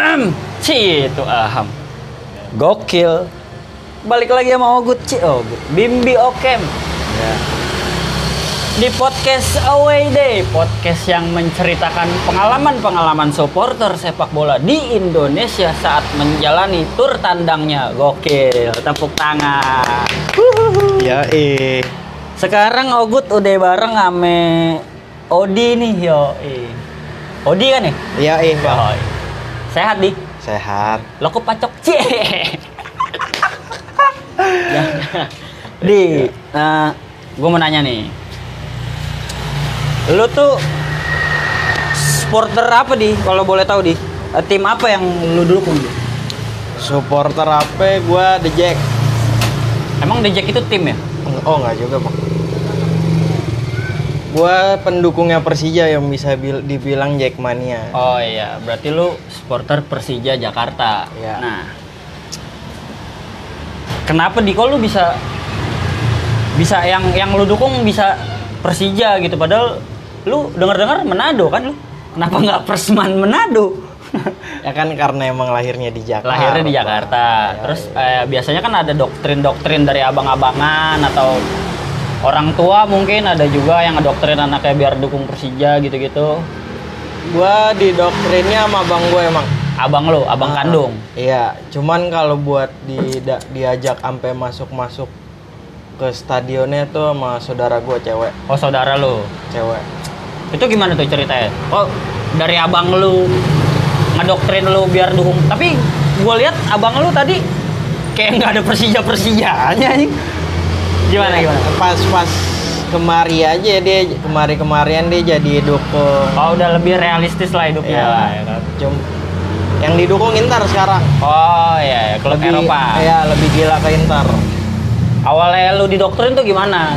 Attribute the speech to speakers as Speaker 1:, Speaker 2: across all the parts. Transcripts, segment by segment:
Speaker 1: Citu aham. Gokil. Balik lagi sama Ogut Ci Ogut. Bimbi Okem.
Speaker 2: Ya.
Speaker 1: Di podcast Away Day, podcast yang menceritakan pengalaman-pengalaman supporter sepak bola di Indonesia saat menjalani tur tandangnya. Gokil, tepuk tangan.
Speaker 2: Ya eh.
Speaker 1: Sekarang Ogut udah bareng ame Odi nih yo. eh. Odi kan ya?
Speaker 2: Ya eh.
Speaker 1: Yoi. Sehat di.
Speaker 2: Sehat.
Speaker 1: Lo kok pacok cie. Ya, di, gue mau nanya nih. Lu tuh supporter apa di? Kalau boleh tahu di. Eh, Tim apa yang lu dukung? Di?
Speaker 2: Supporter apa gua The Jack.
Speaker 1: Emang The Jack itu tim ya?
Speaker 2: Oh nggak juga Pak. Gua pendukungnya Persija yang bisa bil- dibilang Jackmania.
Speaker 1: Oh iya, berarti lu supporter Persija Jakarta.
Speaker 2: Iya.
Speaker 1: Nah, kenapa di kok lu bisa bisa yang yang lu dukung bisa Persija gitu padahal lu dengar-dengar Manado kan lu. Kenapa nggak Persman Manado?
Speaker 2: Ya kan karena emang lahirnya di Jakarta.
Speaker 1: Lahirnya di Jakarta.
Speaker 2: Ya,
Speaker 1: Terus eh, biasanya kan ada doktrin-doktrin dari abang-abangan atau orang tua mungkin ada juga yang doktrin anaknya biar dukung Persija gitu-gitu.
Speaker 2: Gua didoktrinnya sama bang gue emang.
Speaker 1: Abang lu, abang
Speaker 2: Ah,
Speaker 1: kandung.
Speaker 2: Iya, cuman kalau buat di da- diajak ampe masuk-masuk ke stadionnya tuh sama saudara gua cewek,
Speaker 1: Oh, saudara lu.
Speaker 2: cewek.
Speaker 1: itu gimana tuh ceritanya? Oh dari abang lu ngedoktrin lu biar dukung tapi gue lihat abang lu tadi kayak nggak ada Persija Persijanya anjing gimana gimana?
Speaker 2: Pas-pas kemari aja dia kemari-kemarian dia jadi dukung.
Speaker 1: Oh udah lebih realistis lah hidupnya
Speaker 2: Iya.
Speaker 1: lah ya kan?
Speaker 2: Cum, yang didukung Inter sekarang.
Speaker 1: Oh iya ya, klub
Speaker 2: Lebih-
Speaker 1: Eropa.
Speaker 2: Iya, lebih gila ke Inter.
Speaker 1: Awalnya lu didoktrin tuh gimana?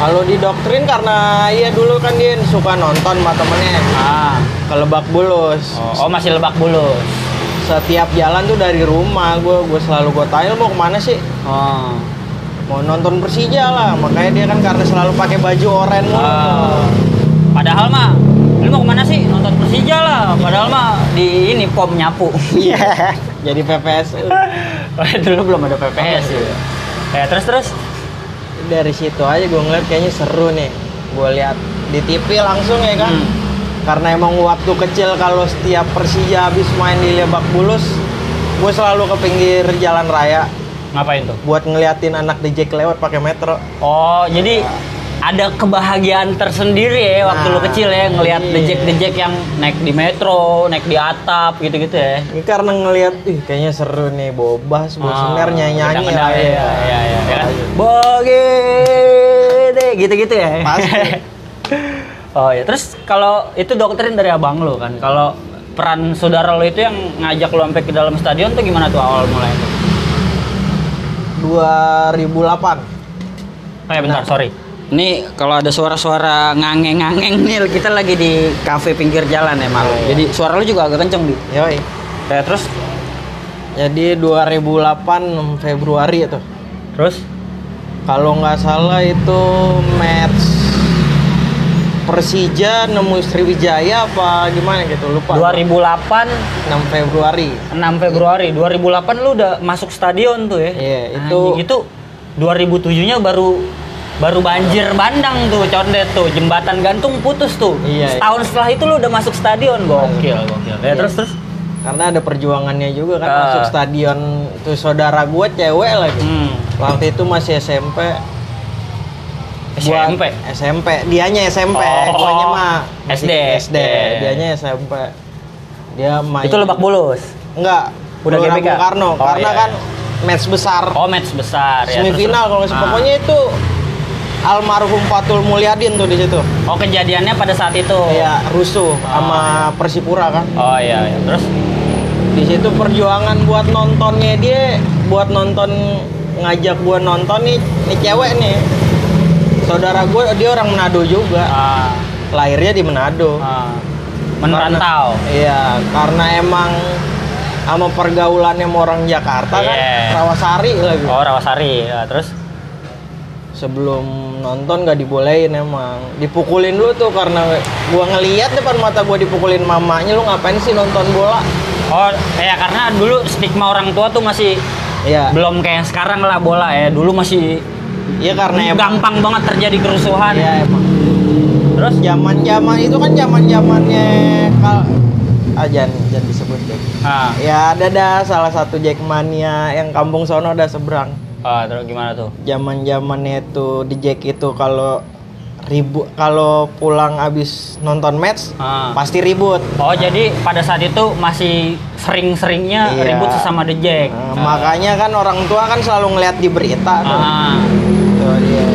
Speaker 2: Kalau didoktrin karena iya dulu kan dia suka nonton sama temennya
Speaker 1: Ah,
Speaker 2: ke Lebak Bulus.
Speaker 1: oh, oh, masih lebak bulu.
Speaker 2: Setiap jalan tuh dari rumah gue gue selalu gue tanya "Lu mau kemana sih?
Speaker 1: Oh.
Speaker 2: mau nonton Persija lah makanya dia kan karena selalu pakai baju oranye mulu.
Speaker 1: Ah. Padahal mah lu mau kemana sih? Nonton Persija lah. Padahal mah di ini pom nyapu.
Speaker 2: Iya. jadi PPS
Speaker 1: Wah, Eh, dulu belum ada PPS ya. Ya, terus terus.
Speaker 2: dari situ aja gue ngeliat kayaknya seru nih gue lihat di TV langsung ya kan
Speaker 1: Hmm.
Speaker 2: karena emang waktu kecil kalau setiap Persija habis main di Lebak Bulus gue selalu ke pinggir jalan raya
Speaker 1: Ngapain tuh?
Speaker 2: buat ngeliatin anak DJ lewat pakai metro
Speaker 1: Oh, jadi ada kebahagiaan tersendiri ya waktu
Speaker 2: Nah,
Speaker 1: lu kecil ya ngelihat
Speaker 2: iya.
Speaker 1: dejek-dejek yang naik di metro, naik di atap gitu-gitu ya.
Speaker 2: ini karena ngeliat ih kayaknya seru nih bobas bos
Speaker 1: Ah,
Speaker 2: nyanyi nyanyi
Speaker 1: kadang-kadang
Speaker 2: lah
Speaker 1: ya. Iya, iya, ya kan? deh gitu-gitu ya.
Speaker 2: Pasti.
Speaker 1: oh ya, terus kalau itu doktrin dari abang lu kan. Kalau peran saudara lu itu yang ngajak lu sampai ke dalam stadion tuh gimana tuh awal mulai tuh?
Speaker 2: 2008
Speaker 1: Oh ya bentar, sorry. Ini kalau ada suara-suara ngangeng-ngangeng nih, kita lagi di kafe pinggir jalan ya malu.
Speaker 2: Oh, iya.
Speaker 1: Jadi suara lu juga agak kenceng di.
Speaker 2: yoi
Speaker 1: Ya terus,
Speaker 2: Jadi 2008 Februari itu.
Speaker 1: terus
Speaker 2: Kalau nggak salah itu match Persija nemu Sriwijaya apa gimana gitu lupa.
Speaker 1: 2008
Speaker 2: 6 Februari.
Speaker 1: 6 Februari 2008 lu udah masuk stadion tuh ya.
Speaker 2: Iya, itu-
Speaker 1: Anjing, itu 2007-nya baru baru banjir bandang tuh condet tuh, jembatan gantung putus tuh.
Speaker 2: Iya, iya.
Speaker 1: Setahun setelah itu lu udah masuk stadion, gokil gokil. Ya
Speaker 2: Iya.
Speaker 1: terus terus.
Speaker 2: Karena ada perjuangannya juga kan
Speaker 1: Ah.
Speaker 2: masuk stadion tuh saudara gue cewek lagi.
Speaker 1: Hmm.
Speaker 2: Waktu itu masih SMP. Gua-
Speaker 1: SMP.
Speaker 2: SMP. Dianya SMP.
Speaker 1: Oh.
Speaker 2: Guanya mah masih
Speaker 1: SD.
Speaker 2: SD. Dianya SMP. Dia main.
Speaker 1: Itu lebak bulus.
Speaker 2: Enggak.
Speaker 1: Udah
Speaker 2: Gelora
Speaker 1: GBK?
Speaker 2: Bung Karno.
Speaker 1: Oh,
Speaker 2: karena
Speaker 1: iya,
Speaker 2: kan match besar
Speaker 1: Oh, match besar ya. terus,
Speaker 2: semifinal
Speaker 1: terus.
Speaker 2: kalau nggak salah.
Speaker 1: Ah.
Speaker 2: Pokoknya itu almarhum Fatul Mulyadin tuh di situ.
Speaker 1: Oh, kejadiannya pada saat itu.
Speaker 2: Iya, rusuh
Speaker 1: Ah,
Speaker 2: sama Persipura kan.
Speaker 1: Oh iya, iya. Terus
Speaker 2: Di situ perjuangan buat nontonnya dia buat nonton ngajak gua nonton nih, nih cewek nih. Saudara gua dia orang Manado juga.
Speaker 1: ah,
Speaker 2: Lahirnya di Manado.
Speaker 1: ah, merantau.
Speaker 2: Iya, karena emang sama pergaulannya sama orang Jakarta
Speaker 1: Iya.
Speaker 2: kan Rawasari lagi.
Speaker 1: Oh, Rawasari. Ya, terus
Speaker 2: sebelum nonton gak dibolehin emang dipukulin dulu tuh karena gua ngeliat depan mata gua dipukulin mamanya lu ngapain sih nonton bola
Speaker 1: Oh, ya karena dulu stigma orang tua tuh masih
Speaker 2: Iya.
Speaker 1: belum kayak sekarang lah bola ya. Dulu masih
Speaker 2: Iya karena emang.
Speaker 1: gampang banget terjadi kerusuhan.
Speaker 2: Iya emang.
Speaker 1: Terus
Speaker 2: Zaman-zaman itu kan zaman-zamannya kal ah jangan, jangan disebut deh.
Speaker 1: ah,
Speaker 2: Ya ada dah salah satu Jackmania yang kampung sono ada seberang.
Speaker 1: ah, terus gimana tuh?
Speaker 2: Zaman-zamannya itu di Jack itu kalau ribu kalau pulang abis nonton match
Speaker 1: Ah.
Speaker 2: pasti ribut.
Speaker 1: Oh, jadi pada saat itu masih sering-seringnya
Speaker 2: Iya.
Speaker 1: ribut sesama The Jack.
Speaker 2: Nah, makanya kan orang tua kan selalu ngeliat di berita tuh.
Speaker 1: Ah.
Speaker 2: Tuh, dia.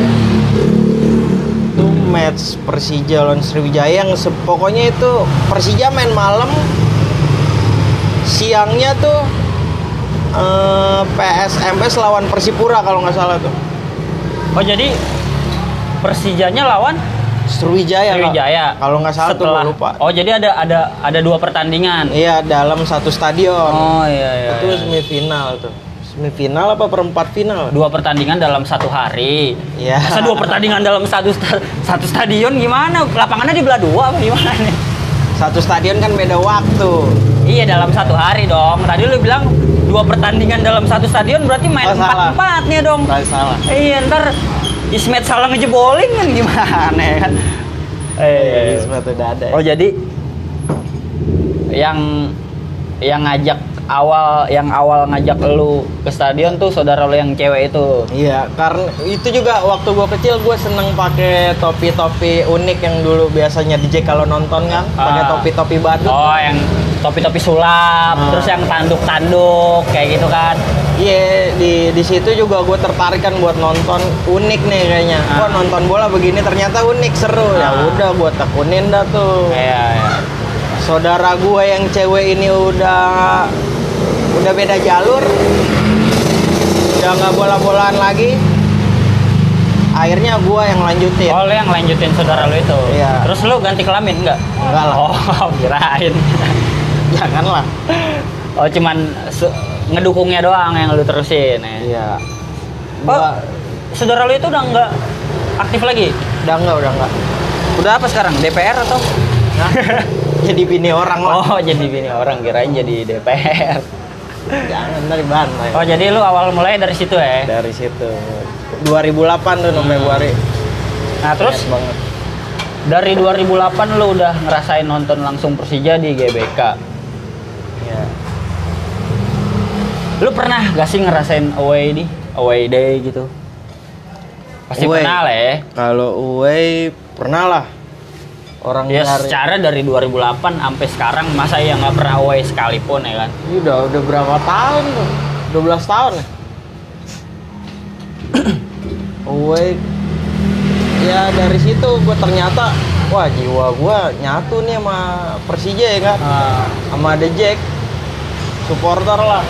Speaker 2: Itu match Persija lawan Sriwijaya yang se- pokoknya itu Persija main malam siangnya tuh eh, PSMS lawan Persipura kalau nggak salah tuh.
Speaker 1: Oh, jadi Persijanya lawan
Speaker 2: Sriwijaya. Iya, Kak.
Speaker 1: Sriwijaya.
Speaker 2: Kalau nggak salah tuh gua lupa.
Speaker 1: Oh, jadi ada ada ada dua pertandingan.
Speaker 2: Iya, dalam satu stadion.
Speaker 1: Oh, iya iya.
Speaker 2: itu
Speaker 1: iya.
Speaker 2: semifinal tuh. Semifinal apa perempat final?
Speaker 1: dua pertandingan dalam satu hari.
Speaker 2: Iya.
Speaker 1: Masa dua pertandingan dalam satu sta- satu stadion gimana? Lapangannya dibelah dua apa gimana nih?
Speaker 2: Satu stadion kan beda waktu.
Speaker 1: Iya dalam satu hari dong. Tadi lu bilang dua pertandingan dalam satu stadion berarti main
Speaker 2: Oh,
Speaker 1: empat
Speaker 2: salah.
Speaker 1: empatnya dong.
Speaker 2: Nggak salah.
Speaker 1: Iya ntar Ismet salah ngejebolin kan gimana ya kan? Eh,
Speaker 2: Iya, sepatu dada.
Speaker 1: oh jadi yang yang ngajak awal yang awal ngajak lu ke stadion tuh saudara lu yang cewek itu.
Speaker 2: Iya, karena itu juga waktu gua kecil gue seneng pakai topi-topi unik yang dulu biasanya DJ kalau nonton kan, pakai
Speaker 1: Ah.
Speaker 2: topi-topi badut.
Speaker 1: Oh, yang topi-topi sulap,
Speaker 2: Hmm.
Speaker 1: terus yang tanduk-tanduk kayak gitu kan.
Speaker 2: Iya, di di situ juga gue tertarik kan buat nonton unik nih kayaknya. Gua
Speaker 1: Ah.
Speaker 2: nonton bola begini ternyata unik seru. Ya
Speaker 1: Ah.
Speaker 2: udah gue tekunin dah tuh.
Speaker 1: Iya, iya.
Speaker 2: Saudara gue yang cewek ini udah udah beda jalur, udah nggak bola-bolaan lagi. Akhirnya gue yang lanjutin.
Speaker 1: Oh, lu yang lanjutin saudara lu itu.
Speaker 2: Iya.
Speaker 1: Terus lu ganti kelamin enggak?
Speaker 2: Enggak lah.
Speaker 1: Oh, kirain.
Speaker 2: Janganlah.
Speaker 1: Oh, cuman se- ngedukungnya doang yang lu terusin ya.
Speaker 2: Iya.
Speaker 1: Oh,
Speaker 2: Gua
Speaker 1: saudara lu itu udah enggak aktif lagi?
Speaker 2: udah enggak, udah enggak.
Speaker 1: Udah apa sekarang? DPR atau?
Speaker 2: Nah, jadi bini orang
Speaker 1: Oh,
Speaker 2: lah.
Speaker 1: jadi bini orang kirain jadi DPR.
Speaker 2: Jangan dari bantai.
Speaker 1: Oh, jadi lu awal mulai dari situ ya.
Speaker 2: Dari situ. 2008 tuh Februari.
Speaker 1: Nah, terus
Speaker 2: Ingat banget.
Speaker 1: dari 2008 lu udah ngerasain nonton langsung Persija di GBK.
Speaker 2: Iya.
Speaker 1: Lu pernah gak sih ngerasain away di away day gitu? Pasti
Speaker 2: Away.
Speaker 1: pernah lah ya.
Speaker 2: Kalau Uwe pernah lah. Orang
Speaker 1: Ya
Speaker 2: dari
Speaker 1: secara dari 2008 sampai sekarang masa ya nggak pernah away sekalipun ya kan?
Speaker 2: Ih, udah udah berapa tahun tuh? 12 tahun ya. Uwe Oh, ya dari situ gue ternyata wah jiwa gue nyatu nih sama Persija ya kan. sama The Jack supporter lah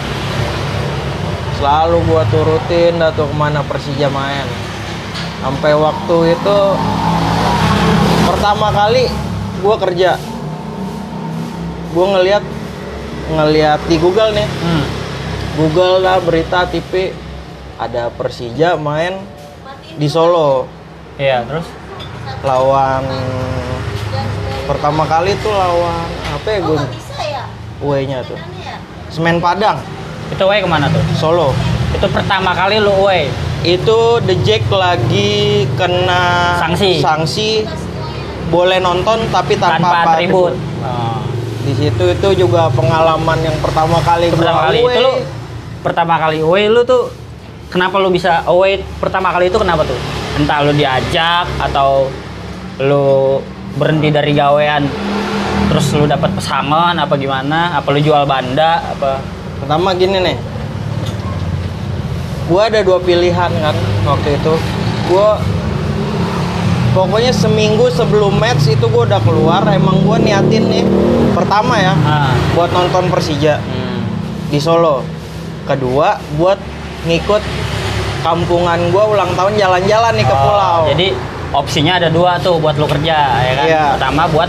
Speaker 2: selalu gua turutin dah tuh kemana Persija main sampai waktu itu pertama kali gua kerja gua ngeliat ngeliat di Google nih
Speaker 1: Hmm.
Speaker 2: Google lah berita TV ada Persija main di Solo
Speaker 1: Iya terus?
Speaker 2: lawan pertama kali tuh lawan apa ya gue
Speaker 3: bisa ya?
Speaker 2: nya tuh Semen Padang
Speaker 1: Itu away kemana tuh?
Speaker 2: Solo.
Speaker 1: Itu pertama kali lu away.
Speaker 2: Itu The Jack lagi kena
Speaker 1: Sanksi.
Speaker 2: boleh nonton tapi tanpa,
Speaker 1: tanpa atribut.
Speaker 2: atribut.
Speaker 1: Oh.
Speaker 2: Di situ itu juga pengalaman yang pertama kali
Speaker 1: Itu
Speaker 2: gua E.
Speaker 1: pertama kali
Speaker 2: away.
Speaker 1: itu lu pertama kali away lu tuh kenapa lu bisa away pertama kali itu kenapa tuh? Entah lu diajak atau lu berhenti dari gawean terus lu dapat pesangon apa gimana? Apa lu jual banda apa?
Speaker 2: Pertama gini nih. Gua ada dua pilihan kan waktu itu. Gua pokoknya seminggu sebelum match itu gua udah keluar emang gua niatin nih pertama ya
Speaker 1: Ah.
Speaker 2: buat nonton Persija.
Speaker 1: Hmm.
Speaker 2: di Solo. Kedua, buat ngikut kampungan gua ulang tahun jalan-jalan nih ke
Speaker 1: Oh,
Speaker 2: pulau.
Speaker 1: Jadi opsinya ada dua tuh buat lu kerja ya kan.
Speaker 2: Iya.
Speaker 1: Pertama buat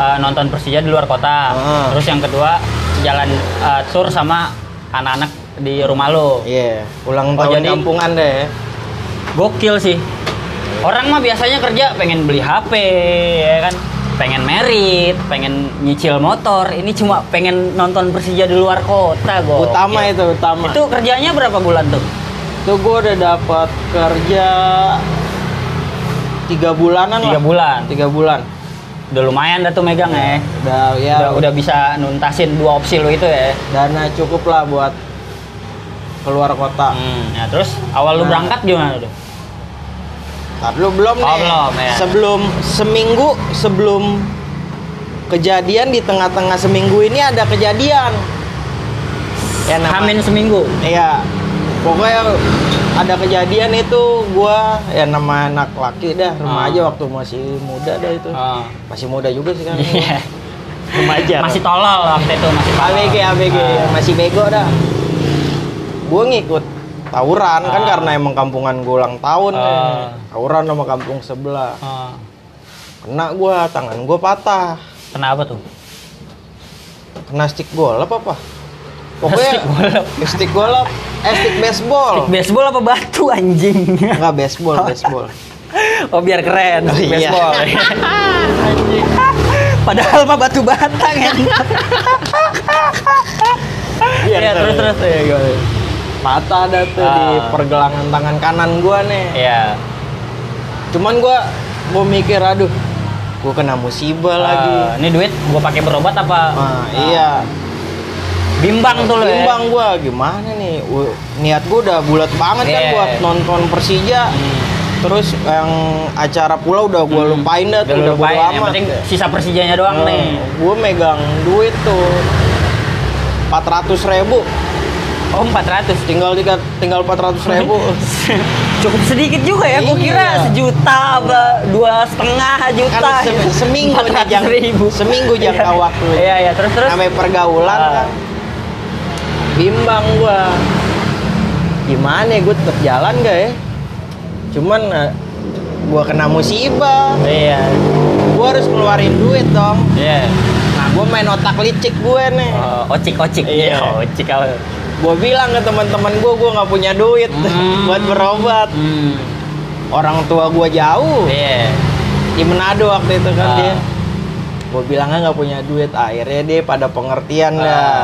Speaker 1: uh, nonton Persija di luar kota.
Speaker 2: Ah.
Speaker 1: Terus yang kedua jalan uh, tour sama anak-anak di rumah lu.
Speaker 2: Iya, ulang
Speaker 1: Oh,
Speaker 2: tahun
Speaker 1: jadi-
Speaker 2: kampungan deh.
Speaker 1: Gokil sih. Orang mah biasanya kerja pengen beli HP ya kan. pengen merit, pengen nyicil motor, ini cuma pengen nonton Persija di luar kota, gokil.
Speaker 2: utama itu
Speaker 1: Oh,
Speaker 2: utama
Speaker 1: Itu kerjanya berapa bulan tuh?
Speaker 2: itu gue udah dapat kerja tiga bulanan
Speaker 1: Tiga
Speaker 2: lah.
Speaker 1: bulan.
Speaker 2: tiga bulan
Speaker 1: Udah lumayan dah tuh megang ya.
Speaker 2: udah ya
Speaker 1: Udah, udah bisa nuntasin dua opsi lu itu ya.
Speaker 2: dana cukup lah buat keluar kota
Speaker 1: Hmm, nah terus awal lu
Speaker 2: Nah.
Speaker 1: berangkat gimana tuh?
Speaker 2: tapi lu belum
Speaker 1: Oh,
Speaker 2: nih
Speaker 1: belum, ya.
Speaker 2: sebelum seminggu sebelum kejadian di tengah-tengah seminggu ini ada kejadian ya nama-
Speaker 1: Hamin seminggu.
Speaker 2: Iya, pokoknya ada kejadian itu gua ya nama anak laki dah remaja
Speaker 1: Ah.
Speaker 2: waktu masih muda dah itu
Speaker 1: Oh.
Speaker 2: masih muda juga sih kan
Speaker 1: Iya.
Speaker 2: remaja
Speaker 1: masih tolol waktu itu masih tolol.
Speaker 2: ABG ABG
Speaker 1: Ah.
Speaker 2: masih bego dah gua ngikut tawuran kan
Speaker 1: Ah.
Speaker 2: karena emang kampungan gua ulang tahun
Speaker 1: Ah.
Speaker 2: eh. tawuran sama kampung sebelah
Speaker 1: Oh.
Speaker 2: kena gua tangan gua patah
Speaker 1: Kenapa tuh?
Speaker 2: kena stick bola apa apa
Speaker 1: Stick
Speaker 2: pokoknya
Speaker 1: bola.
Speaker 2: stick bola eh stick baseball
Speaker 1: Stick baseball apa batu anjing?
Speaker 2: nggak baseball baseball
Speaker 1: Oh biar keren,
Speaker 2: Oh,
Speaker 1: stick
Speaker 2: iya.
Speaker 1: baseball. Padahal mah batu batang ya.
Speaker 2: Iya,
Speaker 1: Iya, terus terus.
Speaker 2: Iya, gimana? Patah ada tuh di
Speaker 1: Ah.
Speaker 2: pergelangan tangan kanan gua nih.
Speaker 1: Iya.
Speaker 2: Cuman gua mau mikir aduh, gua kena musibah lagi.
Speaker 1: Eh, ini duit gua pakai berobat apa?
Speaker 2: Nah,
Speaker 1: Ah,
Speaker 2: iya.
Speaker 1: Bimbang tuh lo ya.
Speaker 2: Timbang gua gimana nih? U- Niat gua udah bulat banget kan
Speaker 1: Iya.
Speaker 2: buat nonton Persija.
Speaker 1: Hmm.
Speaker 2: Terus yang acara pula udah gua lupain dah, tuh,
Speaker 1: Udah Oh.
Speaker 2: udah bodo
Speaker 1: lupain, yang
Speaker 2: amat.
Speaker 1: penting sisa persijanya doang
Speaker 2: Nah,
Speaker 1: nih.
Speaker 2: Gua megang duit tuh 400 ribu
Speaker 1: Oh, 400.
Speaker 2: tinggal tiga, tinggal 400 ribu
Speaker 1: Cukup sedikit juga ya, gua
Speaker 2: Iya.
Speaker 1: kira sejuta apa dua setengah juta.
Speaker 2: kan se- seminggu nih jang,
Speaker 1: ribu.
Speaker 2: seminggu jangka waktu
Speaker 1: Iya, iya, terus terus.
Speaker 2: namanya pergaulan
Speaker 1: Ah.
Speaker 2: kan bimbang gua gimana ya, gua tetap jalan gak ya cuman eh, gua kena musibah
Speaker 1: Iya.
Speaker 2: gua harus keluarin duit dong
Speaker 1: Iya.
Speaker 2: nah gua main otak licik gue nih
Speaker 1: Oh, ocik ocik.
Speaker 2: Iya.
Speaker 1: ocik apa?
Speaker 2: gua bilang ke teman-teman gua gua nggak punya duit
Speaker 1: Hmm.
Speaker 2: buat berobat
Speaker 1: Hmm.
Speaker 2: orang tua gua jauh
Speaker 1: Iya.
Speaker 2: di Manado waktu itu kan
Speaker 1: Ah.
Speaker 2: dia gue bilangnya nggak punya duit akhirnya dia pada
Speaker 1: Ah.
Speaker 2: pengertian dah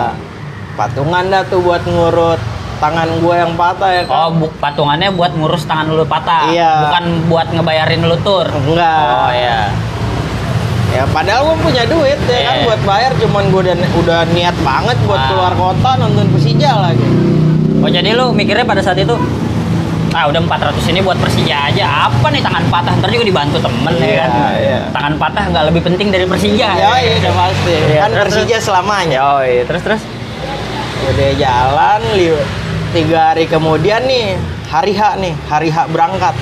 Speaker 2: patungan dah tuh buat ngurut tangan gue yang patah ya kan
Speaker 1: Oh, bu- patungannya buat ngurus tangan lu patah.
Speaker 2: Iya.
Speaker 1: Bukan buat ngebayarin lu tur.
Speaker 2: enggak
Speaker 1: Oh, iya.
Speaker 2: ya padahal gue punya duit ya kan
Speaker 1: Iya.
Speaker 2: buat bayar cuman gue udah, udah niat banget buat
Speaker 1: Ah.
Speaker 2: keluar kota nonton Persija lagi
Speaker 1: Oh jadi lu mikirnya pada saat itu ah udah 400 ini buat Persija aja apa nih tangan patah ntar juga dibantu temen ya
Speaker 2: Iya,
Speaker 1: kan
Speaker 2: iya.
Speaker 1: tangan patah nggak lebih penting dari Persija
Speaker 2: ya iya udah pasti
Speaker 1: Iya,
Speaker 2: kan
Speaker 1: terus,
Speaker 2: Persija selamanya
Speaker 1: Yoi, terus terus
Speaker 2: udah jalan liu- tiga hari kemudian nih hari H nih hari H berangkat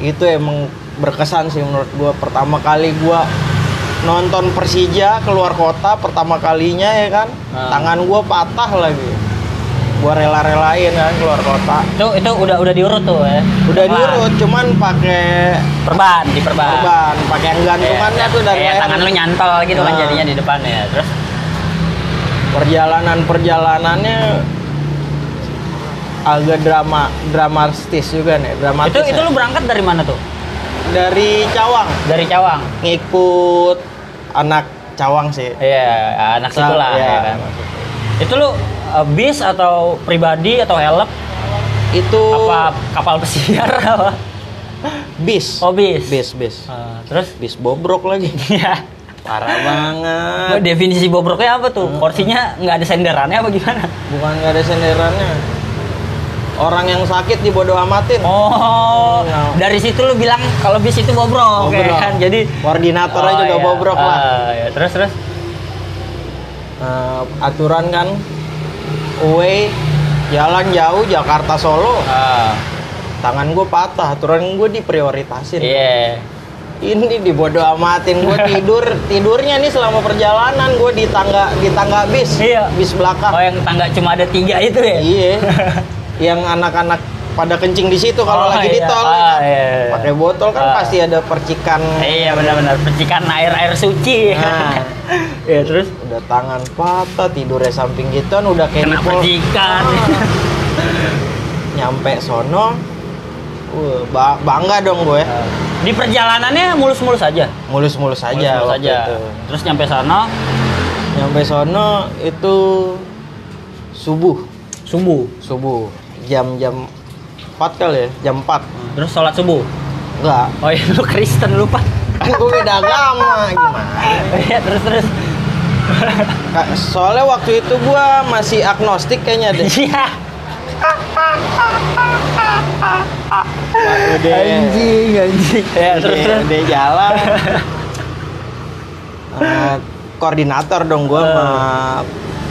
Speaker 2: itu emang berkesan sih menurut gua pertama kali gua nonton Persija keluar kota pertama kalinya ya kan
Speaker 1: Ah.
Speaker 2: tangan gua patah lagi gua rela-relain kan keluar kota
Speaker 1: itu itu udah udah diurut tuh ya
Speaker 2: udah
Speaker 1: Pelan.
Speaker 2: diurut cuman pakai
Speaker 1: perban di perban
Speaker 2: ban pakai yang gantungannya tuh dari
Speaker 1: Iya,
Speaker 2: leher.
Speaker 1: tangan lu nyantol gitu kan
Speaker 2: Nah.
Speaker 1: jadinya di depan ya terus
Speaker 2: perjalanan perjalanannya agak drama dramatis juga nih dramatis
Speaker 1: itu
Speaker 2: ya.
Speaker 1: itu lu berangkat dari mana tuh
Speaker 2: dari Cawang
Speaker 1: dari Cawang
Speaker 2: ngikut anak Cawang sih
Speaker 1: iya anak situ lah
Speaker 2: Iya.
Speaker 1: ya kan itu lu eh, bis atau pribadi atau help
Speaker 2: itu
Speaker 1: apa kapal pesiar apa
Speaker 2: bis
Speaker 1: oh bis
Speaker 2: bis bis
Speaker 1: Eh, terus
Speaker 2: bis bobrok lagi
Speaker 1: Iya.
Speaker 2: parah banget Hmm.
Speaker 1: Gua definisi bobroknya apa tuh? Porsinya nggak ada senderannya apa gimana?
Speaker 2: bukan nggak ada senderannya orang yang sakit dibodoh amatin
Speaker 1: Oh,
Speaker 2: Iya.
Speaker 1: dari situ lu bilang kalau bis itu bobrok,
Speaker 2: Bobrok.
Speaker 1: ya kan? Jadi
Speaker 2: koordinatornya juga
Speaker 1: iya.
Speaker 2: bobrok lah
Speaker 1: Ah, iya. Terus terus.
Speaker 2: Nah, aturan kan away jalan jauh Jakarta Solo
Speaker 1: Ah,
Speaker 2: tangan gue patah aturan gue diprioritasin
Speaker 1: Iya.
Speaker 2: ini dibodoh amatin gue tidur tidurnya nih selama perjalanan gue di tangga di tangga bis
Speaker 1: Iya.
Speaker 2: bis belakang
Speaker 1: Oh yang tangga cuma ada tiga itu ya?
Speaker 2: Ah. iya yang anak-anak pada kencing di situ kalau
Speaker 1: Oh,
Speaker 2: lagi di
Speaker 1: iya.
Speaker 2: tol
Speaker 1: Ah,
Speaker 2: ya kan.
Speaker 1: iya, iya.
Speaker 2: pakai botol kan
Speaker 1: Ah.
Speaker 2: pasti ada percikan
Speaker 1: Iya benar-benar percikan air air suci.
Speaker 2: Nah.
Speaker 1: Iya terus.
Speaker 2: udah tangan patah tidurnya samping gituan udah kayak
Speaker 1: Kena
Speaker 2: di pol-
Speaker 1: percikan.
Speaker 2: nyampe sono Wah, ba- bangga dong ya. gue.
Speaker 1: Ah. Di perjalanannya mulus-mulus aja.
Speaker 2: Mulus-mulus Ah. aja
Speaker 1: mulus
Speaker 2: waktu
Speaker 1: aja.
Speaker 2: itu.
Speaker 1: Terus nyampe sana
Speaker 2: Nyampe sono itu subuh,
Speaker 1: subuh. Hmm.
Speaker 2: subuh. Jam-jam 4 kali ya, jam 4.
Speaker 1: Terus sholat subuh.
Speaker 2: Enggak.
Speaker 1: Oh iya, lu Kristen lupa.
Speaker 2: Kan gue beda agama gimana?
Speaker 1: Iya, terus terus.
Speaker 2: Ka- Soalnya waktu itu gue masih agnostik kayaknya deh.
Speaker 1: Iya.
Speaker 2: Udah,
Speaker 1: anjing. Ya, terus
Speaker 2: udah,
Speaker 1: terus.
Speaker 2: udah jalan. Eh, koordinator dong gue sama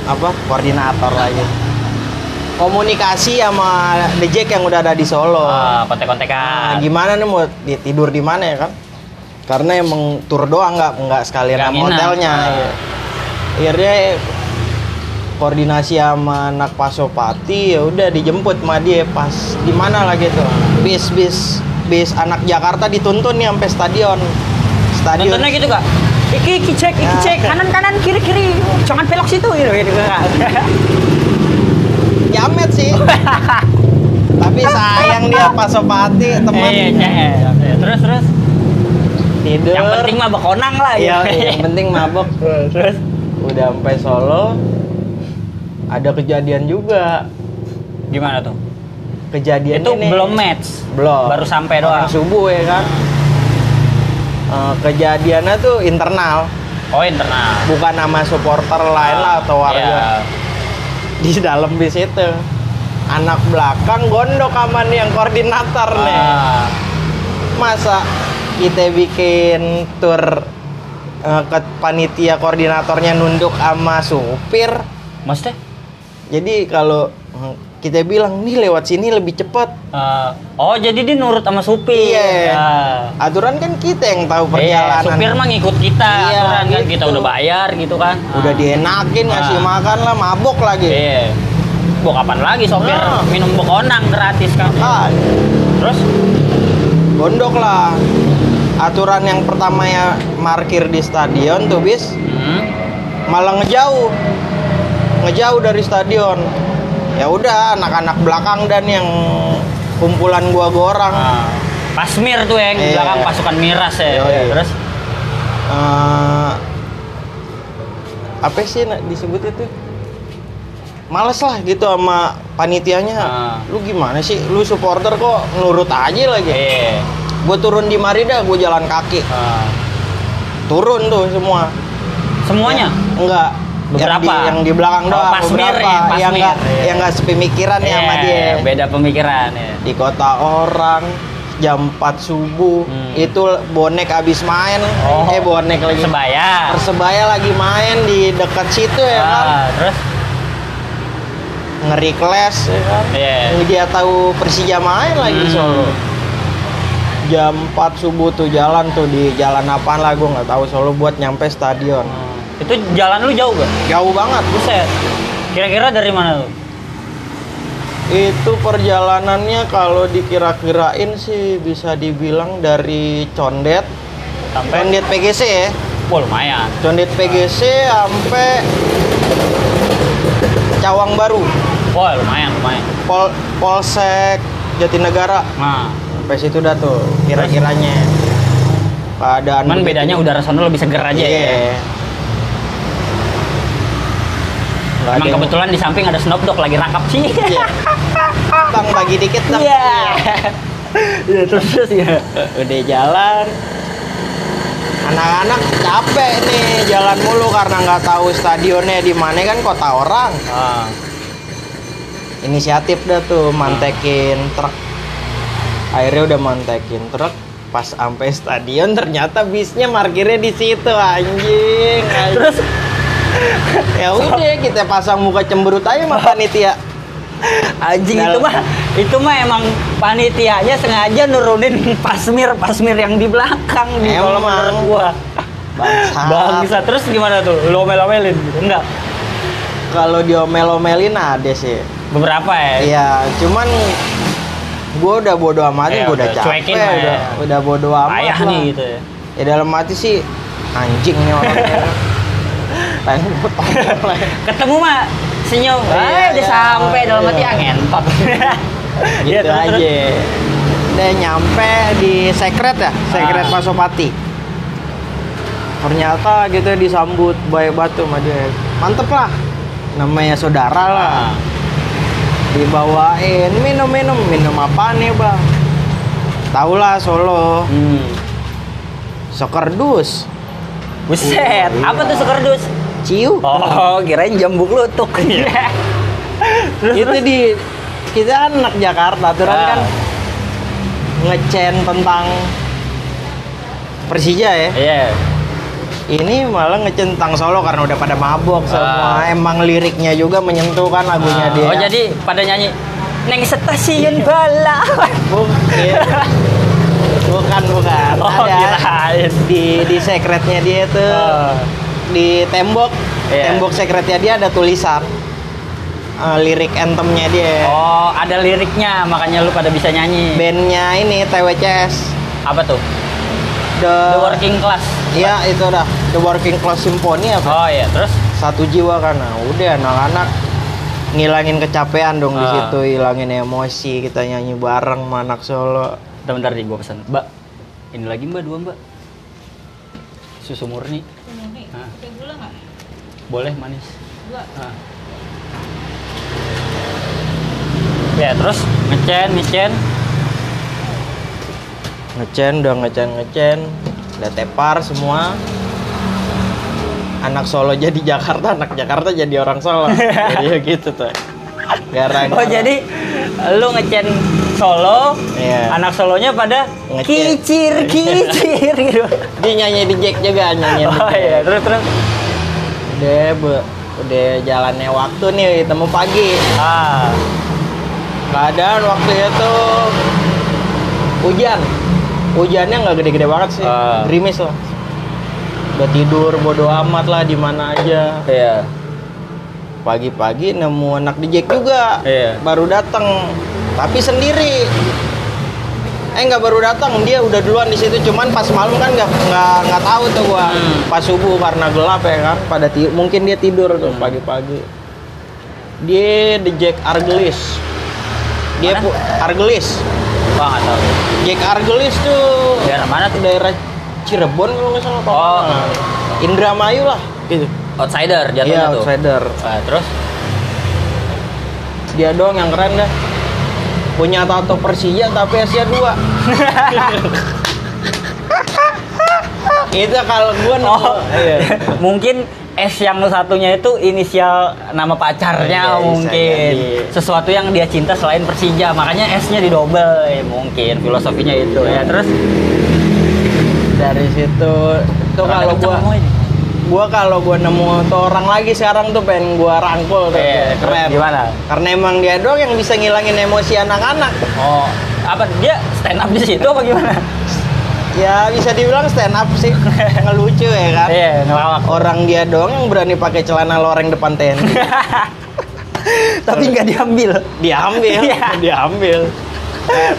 Speaker 2: apa koordinator lagi komunikasi sama The Jack yang udah ada di Solo
Speaker 1: Ah,
Speaker 2: Nah,
Speaker 1: kontek-kontekan.
Speaker 2: gimana nih mau di- tidur di mana ya kan? Karena emang tur doang nggak nggak sekalian
Speaker 1: Nggak
Speaker 2: sama
Speaker 1: nginap.
Speaker 2: hotelnya.
Speaker 1: Ah.
Speaker 2: Iya. Akhirnya koordinasi sama anak Pasopati ya udah dijemput sama dia pas di mana lah gitu. Bis bis bis anak Jakarta dituntun nih sampai stadion. Stadion.
Speaker 1: Nontonnya gitu gak? Iki, iki cek, iki
Speaker 2: Ah, Ya.
Speaker 1: cek, kanan kanan, kiri kiri, jangan belok situ gitu gitu Kak.
Speaker 2: Jamet sih. Tapi sayang dia Pasopati teman.
Speaker 1: Eh, iya, iya, iya. Terus terus.
Speaker 2: Tidur.
Speaker 1: Yang penting mah bekonang lah gitu.
Speaker 2: Iya, yang penting mabok.
Speaker 1: terus
Speaker 2: udah sampai Solo ada kejadian juga
Speaker 1: gimana tuh?
Speaker 2: kejadian
Speaker 1: Itu
Speaker 2: ini
Speaker 1: belum match.
Speaker 2: belum
Speaker 1: Baru sampai doang.
Speaker 2: Orang subuh ya kan Eh, kejadiannya tuh internal
Speaker 1: Oh, internal. Iya.
Speaker 2: bukan nama supporter lain lah atau warga di dalam bis itu anak belakang gondok aman yang koordinator
Speaker 1: Iya.
Speaker 2: nih
Speaker 1: Ah.
Speaker 2: masa kita bikin tur eh, ke panitia koordinatornya nunduk sama supir
Speaker 1: Maksudnya?
Speaker 2: Jadi kalau eh, kita bilang nih lewat sini lebih cepat.
Speaker 1: eh, oh, jadi dia nurut sama supir.
Speaker 2: Iya.
Speaker 1: Ah.
Speaker 2: Aturan kan kita yang
Speaker 1: Iya,
Speaker 2: tahu perjalanan.
Speaker 1: supir mah ngikut kita,
Speaker 2: Iya,
Speaker 1: aturan kan
Speaker 2: gitu.
Speaker 1: kita udah bayar gitu kan.
Speaker 2: Udah
Speaker 1: Ah.
Speaker 2: dienakin ngasih
Speaker 1: Ah.
Speaker 2: makan lah, mabok lagi.
Speaker 1: Iya. Bok kapan lagi sopir
Speaker 2: Nah.
Speaker 1: minum bekonang gratis kan?
Speaker 2: Ah,
Speaker 1: Terus
Speaker 2: gondok lah. Aturan yang pertama ya markir di stadion tuh bis
Speaker 1: hmm,
Speaker 2: malah ngejauh. Ngejauh dari stadion. Ya udah anak-anak belakang dan yang kumpulan gua gorang.
Speaker 1: ah, Pasmir tuh yang di
Speaker 2: Iya.
Speaker 1: belakang pasukan miras ya.
Speaker 2: Yoi.
Speaker 1: Terus
Speaker 2: eh apa sih nak disebut itu males lah gitu sama panitianya
Speaker 1: Ah.
Speaker 2: lu gimana sih lu supporter kok nurut aja lagi
Speaker 1: iya.
Speaker 2: gue turun di Marida gue jalan kaki
Speaker 1: ah,
Speaker 2: turun tuh semua
Speaker 1: semuanya.
Speaker 2: enggak yang di,
Speaker 1: Beberapa?
Speaker 2: yang di belakang
Speaker 1: Oh,
Speaker 2: doang
Speaker 1: Pasmir, ya,
Speaker 2: beberapa
Speaker 1: Pasmir,
Speaker 2: yang enggak
Speaker 1: iya.
Speaker 2: yang enggak sepemikiran ya sama dia
Speaker 1: Iya, beda pemikiran ya.
Speaker 2: di kota orang jam 4 subuh
Speaker 1: Hmm.
Speaker 2: itu bonek abis main
Speaker 1: Oh.
Speaker 2: eh bonek lagi
Speaker 1: Sebaya.
Speaker 2: Persebaya lagi main di dekat situ ya kan.
Speaker 1: Ah, terus
Speaker 2: Ngeri kelas ya kan.
Speaker 1: Iya.
Speaker 2: Yang Dia tahu Persija main lagi
Speaker 1: Hmm.
Speaker 2: Solo. Jam 4 subuh tuh jalan tuh di jalan apaan lah gue nggak tahu Solo buat nyampe stadion.
Speaker 1: Itu jalan lu jauh gak?
Speaker 2: Jauh banget.
Speaker 1: Buset. Kira-kira dari mana lu?
Speaker 2: Itu perjalanannya kalau dikira-kirain sih bisa dibilang dari Condet,
Speaker 1: Sampai
Speaker 2: Condet PGC ya.
Speaker 1: Wah, lumayan.
Speaker 2: Condet PGC sampai Cawang Baru,
Speaker 1: Wah, lumayan, lumayan.
Speaker 2: Pol Polsek Jatinegara.
Speaker 1: Nah,
Speaker 2: sampai situ dah tuh kira-kiranya keadaan
Speaker 1: cuman
Speaker 2: Kan begitu.
Speaker 1: bedanya udara sono lebih seger aja
Speaker 2: Iya.
Speaker 1: ya.
Speaker 2: Nggak
Speaker 1: Emang
Speaker 2: ada yang-
Speaker 1: kebetulan di samping ada Snoop Dogg lagi rangkap sih.
Speaker 2: Iya. bang bagi dikit dong
Speaker 1: Iya. Iya, terus terus ya.
Speaker 2: udah jalan anak-anak capek nih jalan mulu karena nggak tahu stadionnya di mana kan kota orang
Speaker 1: Ah,
Speaker 2: inisiatif dah tuh mantekin truk akhirnya udah mantekin truk pas sampai stadion ternyata bisnya parkirnya di situ anjing, anjing.
Speaker 1: terus
Speaker 2: ya udah kita pasang muka cemberut aja sama panitia
Speaker 1: anjing
Speaker 2: Dalam-
Speaker 1: itu mah itu mah emang panitianya sengaja nurunin pasmir pasmir yang di belakang di
Speaker 2: Emang. Ah.
Speaker 1: kalau menurut gua.
Speaker 2: Bangsat.
Speaker 1: Bangsa terus gimana tuh? Lo melamelin? Enggak.
Speaker 2: kalau diomel-omelin ada sih
Speaker 1: Beberapa ya.
Speaker 2: iya cuman gue udah bodo amat
Speaker 1: Iya,
Speaker 2: gue udah
Speaker 1: udah
Speaker 2: capek
Speaker 1: cuekin lah ya.
Speaker 2: udah, udah bodo amat
Speaker 1: Payah
Speaker 2: lah.
Speaker 1: nih gitu ya.
Speaker 2: ya dalam hati sih anjing nih orangnya pengen gua tolong lah.
Speaker 1: Ketemu mah senyum.
Speaker 2: Iya,
Speaker 1: Eh, udah
Speaker 2: iya,
Speaker 1: sampai dalam hati
Speaker 2: iya.
Speaker 1: angin. Iya,
Speaker 2: gitu
Speaker 1: terus,
Speaker 2: aja
Speaker 1: terus.
Speaker 2: udah nyampe di Secret ya, Secret
Speaker 1: Ah.
Speaker 2: Pasopati. Ternyata gitu disambut baik batu sama dia. Mantep lah. Namanya saudara lah.
Speaker 1: Ah.
Speaker 2: Dibawain minum-minum, minum apa nih, Bang? Taulah Solo,
Speaker 1: Hmm.
Speaker 2: sekerdus,
Speaker 1: Buset,
Speaker 2: Iya.
Speaker 1: apa tuh sekerdus?
Speaker 2: ciu.
Speaker 1: Oh, kirain Iya. jambu kelutuk.
Speaker 2: Iya. itu di kita anak Jakarta aturan
Speaker 1: Ah.
Speaker 2: kan ngecen tentang Persija ya
Speaker 1: Iya.
Speaker 2: ini malah ngecen tentang Solo karena udah pada mabok semua
Speaker 1: Ah.
Speaker 2: emang liriknya juga menyentuh kan lagunya
Speaker 1: Ah,
Speaker 2: dia Iya.
Speaker 1: Oh, jadi pada nyanyi Neng stasiun bala.
Speaker 2: Buk- iya. bukan bukan
Speaker 1: Oh, kirain.
Speaker 2: di di sekretnya dia tuh
Speaker 1: Ah.
Speaker 2: di tembok
Speaker 1: Iya.
Speaker 2: tembok sekretnya dia ada tulisan eh, lirik anthemnya dia
Speaker 1: Oh, ada liriknya, makanya lu pada bisa nyanyi.
Speaker 2: bandnya ini TWCS
Speaker 1: Apa tuh? The
Speaker 2: Eh.
Speaker 1: working class.
Speaker 2: Iya itu dah The Working Class Symphony apa?
Speaker 1: Oh iya, terus
Speaker 2: Satu jiwa karena udah anak-anak ngilangin kecapean dong di
Speaker 1: Ah.
Speaker 2: situ, hilangin emosi, kita nyanyi bareng sama anak Solo.
Speaker 1: bentar, bentar nih gua pesan. Mbak, ini lagi Mbak dua Mbak. Susu murni,
Speaker 3: Murni.
Speaker 1: Hah.
Speaker 3: Pakai gula nggak?
Speaker 1: boleh manis.
Speaker 3: Gula.
Speaker 1: Ah. Ya terus ngecen ngecen.
Speaker 2: Ngecen, udah ngecen ngecen, udah tepar semua. Anak Solo jadi Jakarta, anak Jakarta jadi orang Solo. jadi gitu tuh. Gara-gara.
Speaker 1: Oh jadi lu ngecen Solo,
Speaker 2: Iya.
Speaker 1: anak Solonya pada
Speaker 2: Ngecen.
Speaker 1: kicir kicir gitu.
Speaker 2: dia nyanyi di Jack juga nyanyi. di
Speaker 1: Oh
Speaker 2: Jack.
Speaker 1: iya terus terus.
Speaker 2: Udah, be, udah jalannya waktu nih temu pagi.
Speaker 1: Ah
Speaker 2: Keadaan waktu itu hujan. Hujannya nggak gede-gede banget sih,
Speaker 1: Ah.
Speaker 2: gerimis lah. Udah tidur bodo amat lah di mana aja.
Speaker 1: iya
Speaker 2: Pagi-pagi nemu anak di Jack juga,
Speaker 1: Iya.
Speaker 2: baru datang, tapi sendiri. Eh nggak baru datang, dia udah duluan di situ. Cuman pas malam kan nggak nggak nggak tahu tuh gua.
Speaker 1: Hmm.
Speaker 2: Pas subuh karena gelap ya kan, pada ti- mungkin dia tidur tuh
Speaker 1: Hmm.
Speaker 2: pagi-pagi. Dia di Jack Argelis. Dia
Speaker 1: Mana?
Speaker 2: pu- Argelis.
Speaker 1: gua nggak tahu.
Speaker 2: Jack Argelis tuh
Speaker 1: Daerah mana tuh?
Speaker 2: daerah Cirebon kalau nggak salah.
Speaker 1: Ya.
Speaker 2: Nah,
Speaker 1: Oh.
Speaker 2: Indramayu lah. Gitu.
Speaker 1: Outsider jatuhnya
Speaker 2: Iya,
Speaker 1: tuh.
Speaker 2: outsider.
Speaker 1: Ah, terus
Speaker 2: Dia doang yang keren dah. Punya tato Persija tapi Asia 2. itu kalau gua nemu.
Speaker 1: Oh,
Speaker 2: Iya.
Speaker 1: mungkin S yang satunya itu inisial nama
Speaker 2: Iya,
Speaker 1: pacarnya
Speaker 2: bisa
Speaker 1: mungkin
Speaker 2: jadi.
Speaker 1: sesuatu yang dia cinta selain Persija makanya S-nya didobel ya, mungkin filosofinya itu ya terus
Speaker 2: Dari situ tuh
Speaker 1: Rada
Speaker 2: kalau
Speaker 1: kenceng
Speaker 2: gua
Speaker 1: mau ini.
Speaker 2: gua kalau gua nemu tuh orang lagi sekarang tuh pengen gua rangkul tuh.
Speaker 1: Iya, terus
Speaker 2: keren.
Speaker 1: gimana?
Speaker 2: Karena emang dia doang yang bisa ngilangin emosi anak-anak.
Speaker 1: oh apa dia stand up di situ apa gimana
Speaker 2: Ya bisa dibilang stand up sih, ngelucu ya kan.
Speaker 1: iya ngelawak
Speaker 2: Orang dia doang yang berani pakai celana loreng depan
Speaker 1: Iya.
Speaker 2: TNI.
Speaker 1: tapi nggak diambil
Speaker 2: diambil,
Speaker 1: Iya.
Speaker 2: diambil.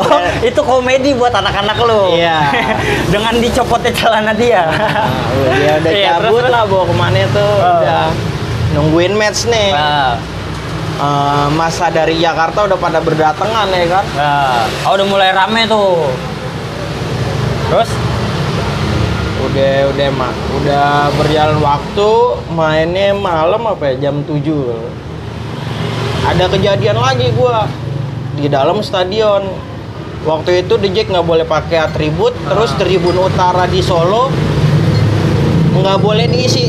Speaker 1: oh, itu komedi buat anak-anak lo
Speaker 2: Iya.
Speaker 1: dengan dicopotnya celana dia
Speaker 2: Nah, dia udah
Speaker 1: Iya,
Speaker 2: cabut
Speaker 1: terus,
Speaker 2: lah bawa kemana tuh,
Speaker 1: Oh.
Speaker 2: udah nungguin match
Speaker 1: terus.
Speaker 2: nih.
Speaker 1: Ah,
Speaker 2: Eh, masa dari Jakarta udah pada berdatangan ya kan.
Speaker 1: ah. oh udah mulai rame tuh terus
Speaker 2: Udah udah mak, udah berjalan waktu, mainnya malam apa ya jam 7. Ada kejadian lagi gua di dalam stadion. Waktu itu The Jack nggak boleh pakai atribut,
Speaker 1: Ah.
Speaker 2: terus Tribun Utara di Solo nggak boleh diisi.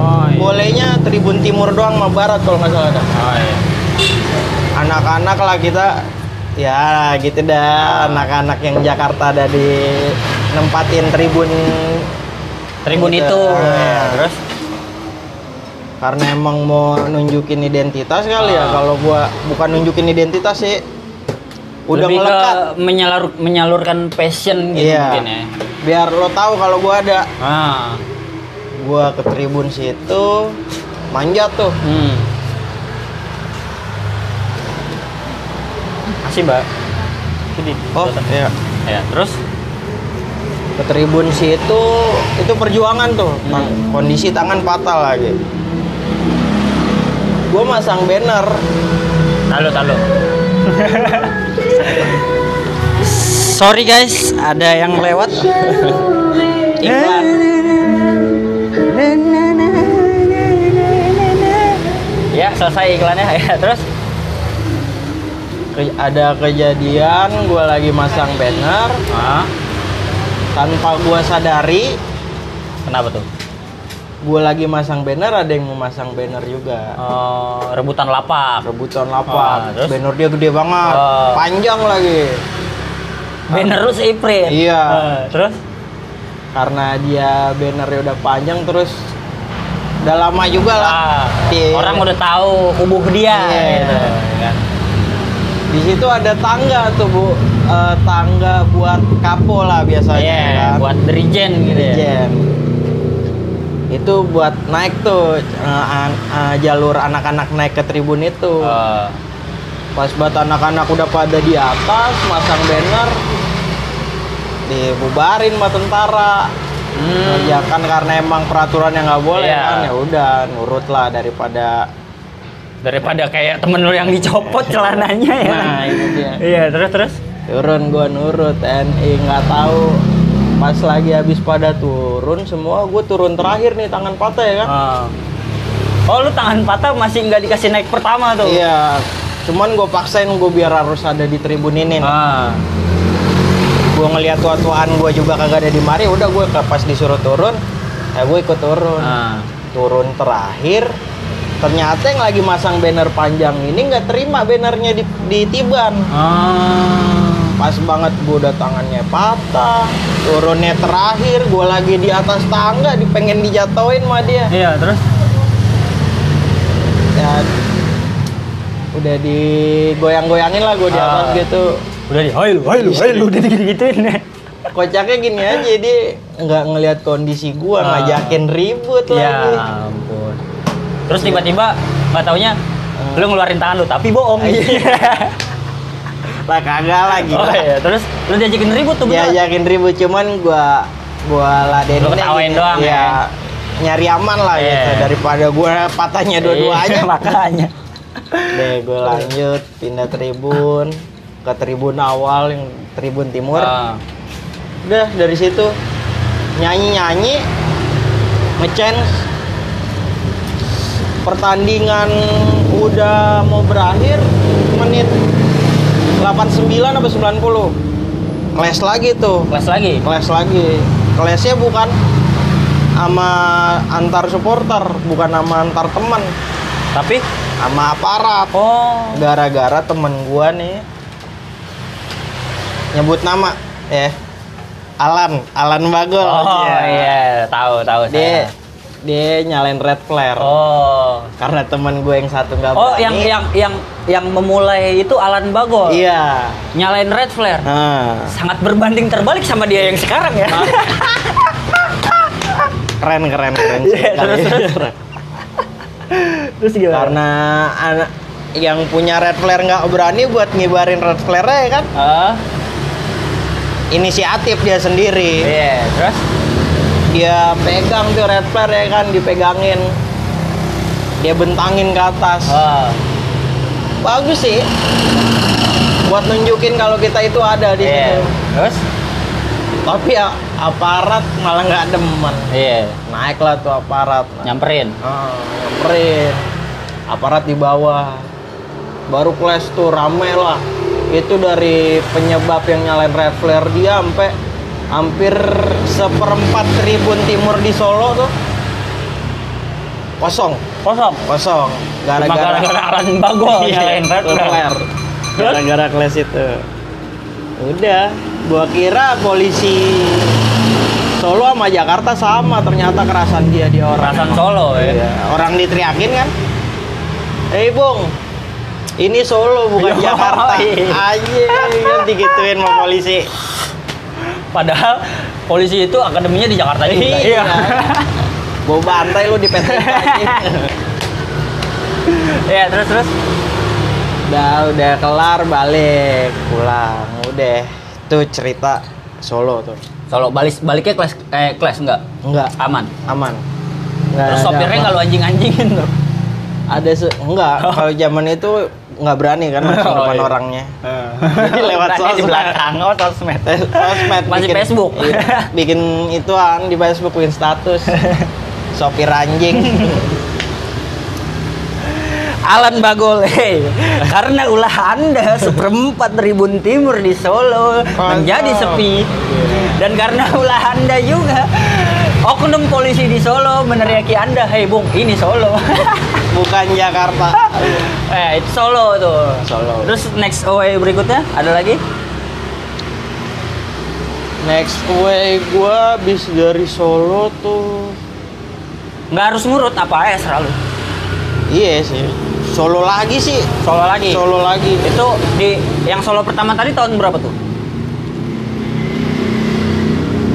Speaker 1: oh,
Speaker 2: Bolehnya Tribun Timur doang sama Barat kalau nggak salah. dah.
Speaker 1: Oh, iya.
Speaker 2: Anak-anak lah kita ya gitu dah anak-anak yang Jakarta ada di nempatin tribun
Speaker 1: Tribun
Speaker 2: Gitu.
Speaker 1: itu.
Speaker 2: Ah.
Speaker 1: Terus
Speaker 2: karena emang mau nunjukin identitas kali
Speaker 1: Ah.
Speaker 2: ya kalau gua bukan nunjukin identitas sih udah
Speaker 1: lebih
Speaker 2: melekat
Speaker 1: ke menyalur- menyalurkan passion gitu
Speaker 2: iya
Speaker 1: mungkin ya.
Speaker 2: biar lo tahu kalau gua ada
Speaker 1: Ah.
Speaker 2: gua ke tribun situ manjat tuh
Speaker 1: Hmm. Kasih, Mbak. Sini.
Speaker 2: oh
Speaker 1: Datang.
Speaker 2: iya
Speaker 1: Ya, terus
Speaker 2: ke tribun situ itu perjuangan tuh
Speaker 1: Hmm.
Speaker 2: Tang- kondisi tangan patah lagi gua masang banner
Speaker 1: talo talo.
Speaker 2: Sorry guys, ada yang lewat. Eh. Iklan.
Speaker 1: ya selesai iklannya ya terus
Speaker 2: Ke- Ada kejadian gue lagi masang banner
Speaker 1: ah
Speaker 2: tanpa gue sadari
Speaker 1: kenapa tuh
Speaker 2: gue lagi masang banner ada yang mau masang banner juga
Speaker 1: Eh, rebutan lapak
Speaker 2: rebutan lapak
Speaker 1: Ah, terus?
Speaker 2: banner dia gede banget
Speaker 1: Ah.
Speaker 2: panjang lagi
Speaker 1: banner lu seiprit
Speaker 2: Iya.
Speaker 1: Eh, terus
Speaker 2: karena dia bannernya udah panjang terus udah lama juga lah
Speaker 1: ah,
Speaker 2: Iya.
Speaker 1: orang udah tahu kubuh dia
Speaker 2: Iya.
Speaker 1: gitu, kan.
Speaker 2: di situ ada tangga tuh bu Eh, tangga buat kapo lah biasanya
Speaker 1: Iya,
Speaker 2: kan.
Speaker 1: buat dirijen gitu ya
Speaker 2: Jen. itu buat naik tuh eh, an- eh, jalur anak-anak naik ke tribun itu
Speaker 1: Eh,
Speaker 2: pas buat anak-anak udah pada di atas masang banner dibubarin sama tentara
Speaker 1: hmm,
Speaker 2: ya kan karena emang peraturan yang nggak boleh
Speaker 1: Iya.
Speaker 2: kan ya udah nurut lah daripada
Speaker 1: daripada kayak temen lu yang dicopot celananya ya
Speaker 2: Nah, itu dia.
Speaker 1: iya terus terus
Speaker 2: turun gua nurut TNI nggak tahu pas lagi habis pada turun semua gue turun terakhir nih tangan patah ya kan
Speaker 1: Eh. oh lu tangan patah masih nggak dikasih naik pertama tuh
Speaker 2: iya cuman gue paksain gue biar harus ada di tribun ini nih.
Speaker 1: Ah.
Speaker 2: gue ngeliat tua-tuaan gue juga kagak ada di mari udah gue pas disuruh turun ya gue ikut turun
Speaker 1: Ah.
Speaker 2: turun terakhir ternyata yang lagi masang banner panjang ini nggak terima bannernya di, di tiban
Speaker 1: Ah.
Speaker 2: pas banget gue udah tangannya patah turunnya terakhir gue lagi di atas tangga di pengen dijatuhin sama dia
Speaker 1: Iya, terus
Speaker 2: ya udah digoyang-goyangin lah gue di atas
Speaker 1: Ah.
Speaker 2: gitu
Speaker 1: udah di hai lu, hai lu, hai lu
Speaker 2: Iya.
Speaker 1: udah digituin. ya?
Speaker 2: kocaknya gini aja dia nggak ngelihat kondisi gue
Speaker 1: Ah.
Speaker 2: ngajakin ribut
Speaker 1: Ya
Speaker 2: lagi
Speaker 1: ampun. Terus tiba-tiba nggak taunya
Speaker 2: Hmm.
Speaker 1: lu ngeluarin tangan lu tapi bohong.
Speaker 2: Iya.
Speaker 1: Iya.
Speaker 2: lah kagak lagi
Speaker 1: oh iya, terus lu diajakin ribut tuh bener.
Speaker 2: diajakin ribut cuman gua gua ladenin
Speaker 1: Lu ketawain doang,
Speaker 2: ya nyari aman lah
Speaker 1: Iya.
Speaker 2: gitu daripada gua patahnya
Speaker 1: Iya,
Speaker 2: dua-duanya
Speaker 1: makanya.
Speaker 2: deh gua lanjut pindah tribun ke tribun awal yang tribun timur
Speaker 1: Ah.
Speaker 2: udah dari situ nyanyi nyanyi ngechance pertandingan udah mau berakhir menit 89 atau 90 les lagi tuh
Speaker 1: Kelas lagi.
Speaker 2: kelas lagi kelasnya bukan sama antar supporter bukan sama antar teman
Speaker 1: Tapi
Speaker 2: sama aparat
Speaker 1: oh
Speaker 2: gara-gara temen gua nih nyebut nama ya Alan Alan Bagol
Speaker 1: Oh
Speaker 2: Iya.
Speaker 1: iya, tahu tahu
Speaker 2: dia
Speaker 1: saya.
Speaker 2: dia nyalain red flare
Speaker 1: Oh.
Speaker 2: karena temen gue yang satu nggak
Speaker 1: Oh,
Speaker 2: berani.
Speaker 1: yang yang yang yang memulai itu Alan Bagol.
Speaker 2: iya
Speaker 1: Nyalain red flare.
Speaker 2: nah
Speaker 1: Sangat berbanding terbalik sama dia yang sekarang ya.
Speaker 2: keren keren keren
Speaker 1: Iya,
Speaker 2: sekali.
Speaker 1: terus, terus. Terus gimana?
Speaker 2: karena anak yang punya red flare nggak berani buat ngibarin red flare ya kan
Speaker 1: Ah,
Speaker 2: inisiatif dia sendiri
Speaker 1: iya, terus
Speaker 2: dia pegang tuh red flare ya kan dipegangin dia bentangin ke atas
Speaker 1: ah,
Speaker 2: bagus sih buat nunjukin kalau kita itu ada di
Speaker 1: iya,
Speaker 2: situ
Speaker 1: terus
Speaker 2: tapi ya, aparat malah nggak demen
Speaker 1: iya,
Speaker 2: naiklah tuh aparat
Speaker 1: nyamperin.
Speaker 2: Ah, nyamperin aparat di bawah baru kelas tuh rame lah itu dari penyebab yang nyalain red flare dia sampai hampir seperempat tribun timur di Solo tuh kosong
Speaker 1: Kosong.
Speaker 2: kosong
Speaker 1: Cuma
Speaker 2: gara-gara Iya,
Speaker 1: gara-gara Alan Bagol nyalain red flare. Terus?
Speaker 2: gara-gara kelas itu udah gua kira polisi Solo sama Jakarta sama ternyata kerasan dia dia orang
Speaker 1: Perasaan Solo ya.
Speaker 2: Iya, orang diteriakin kan eh bung ini Solo bukan
Speaker 1: Yoi.
Speaker 2: Jakarta aja kan digituin sama polisi
Speaker 1: Padahal polisi itu akademinya di Jakarta juga.
Speaker 2: Iya. gua bantai lu di PT
Speaker 1: Iya, terus terus.
Speaker 2: udah udah kelar balik pulang udah tuh cerita Solo tuh
Speaker 1: Solo balik baliknya kelas eh kelas enggak?
Speaker 2: enggak
Speaker 1: Aman.
Speaker 2: aman
Speaker 1: Terus sopirnya
Speaker 2: nggak
Speaker 1: enggak lu anjing-anjingin tuh.
Speaker 2: ada se- enggak kalau zaman itu nggak berani kan langsung
Speaker 1: Oh,
Speaker 2: depan
Speaker 1: iya.
Speaker 2: orangnya Jadi lewat
Speaker 1: Berani di
Speaker 2: sosmed.
Speaker 1: belakang oh sosmed
Speaker 2: Eh, sosmed
Speaker 1: Masih Facebook.
Speaker 2: iya, bikin ituan di Facebook bikin status sopir anjing
Speaker 1: Alan Bagol hei, karena ulah anda seperempat tribun timur di Solo menjadi sepi dan karena ulah anda juga oknum polisi di Solo meneriaki anda hei bung ini Solo
Speaker 2: bukan Jakarta
Speaker 1: eh itu Solo tuh
Speaker 2: Solo.
Speaker 1: terus next away berikutnya ada lagi
Speaker 2: next way gua bis dari Solo tuh
Speaker 1: nggak harus ngurut apa ya selalu
Speaker 2: iya sih Solo lagi sih
Speaker 1: Solo lagi
Speaker 2: Solo lagi
Speaker 1: itu di yang Solo pertama tadi tahun berapa tuh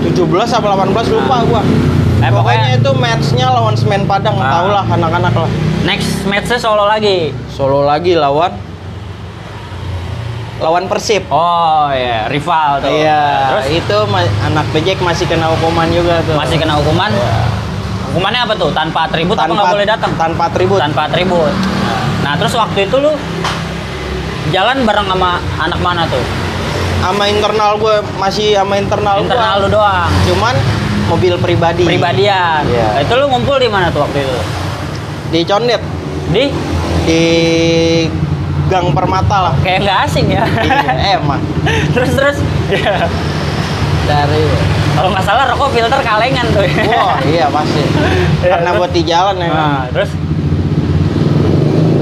Speaker 2: 17 apa 18 lupa
Speaker 1: Ah.
Speaker 2: gua
Speaker 1: Eh,
Speaker 2: pokoknya
Speaker 1: pokoknya-
Speaker 2: itu matchnya lawan Semen Padang
Speaker 1: Ah.
Speaker 2: tau lah anak-anak lah
Speaker 1: next matchnya Solo lagi
Speaker 2: Solo lagi lawan lawan Persib
Speaker 1: oh ya rival tuh
Speaker 2: Iya,
Speaker 1: terus
Speaker 2: itu ma- anak Bejek masih kena hukuman juga tuh.
Speaker 1: masih kena hukuman
Speaker 2: Iya.
Speaker 1: hukumannya apa tuh tanpa atribut apa nggak boleh datang
Speaker 2: Tanpa atribut.
Speaker 1: tanpa atribut nah terus waktu itu lu jalan bareng sama anak mana tuh
Speaker 2: Sama internal gue masih sama internal. gua.
Speaker 1: internal lu doang
Speaker 2: Cuman mobil pribadi.
Speaker 1: pribadian Nah,
Speaker 2: Iya.
Speaker 1: itu lu ngumpul di mana tuh waktu itu
Speaker 2: Di Condet,
Speaker 1: di
Speaker 2: di Gang Permata lah.
Speaker 1: kayak nggak asing ya
Speaker 2: Iya, emang.
Speaker 1: terus terus Iya.
Speaker 2: Dari
Speaker 1: kalau nggak salah rokok filter kalengan tuh
Speaker 2: Wah, iya pasti.
Speaker 1: Iya,
Speaker 2: Karena
Speaker 1: terus?
Speaker 2: buat di jalan ya.
Speaker 1: nah, terus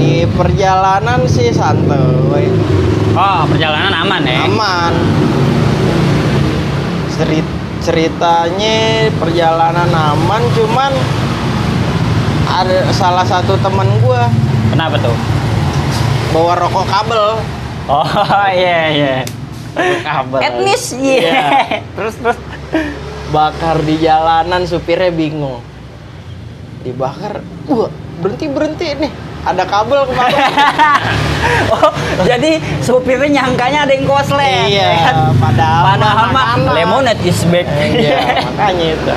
Speaker 2: Di perjalanan sih santai.
Speaker 1: oh perjalanan aman ya
Speaker 2: aman Cerit- ceritanya perjalanan aman cuman ada salah satu temen gua
Speaker 1: kenapa tuh
Speaker 2: bawa rokok kabel
Speaker 1: oh iya iya
Speaker 2: kabel
Speaker 1: etnis iya
Speaker 2: Iya.
Speaker 1: terus terus
Speaker 2: bakar di jalanan supirnya bingung dibakar wah berhenti berhenti nih ada kabel kemarin
Speaker 1: oh jadi supirnya nyangkanya ada yang koslet
Speaker 2: iya
Speaker 1: ya kan?
Speaker 2: padahal
Speaker 1: Padahal mah
Speaker 2: makanan.
Speaker 1: lemonade is back.
Speaker 2: iya makanya itu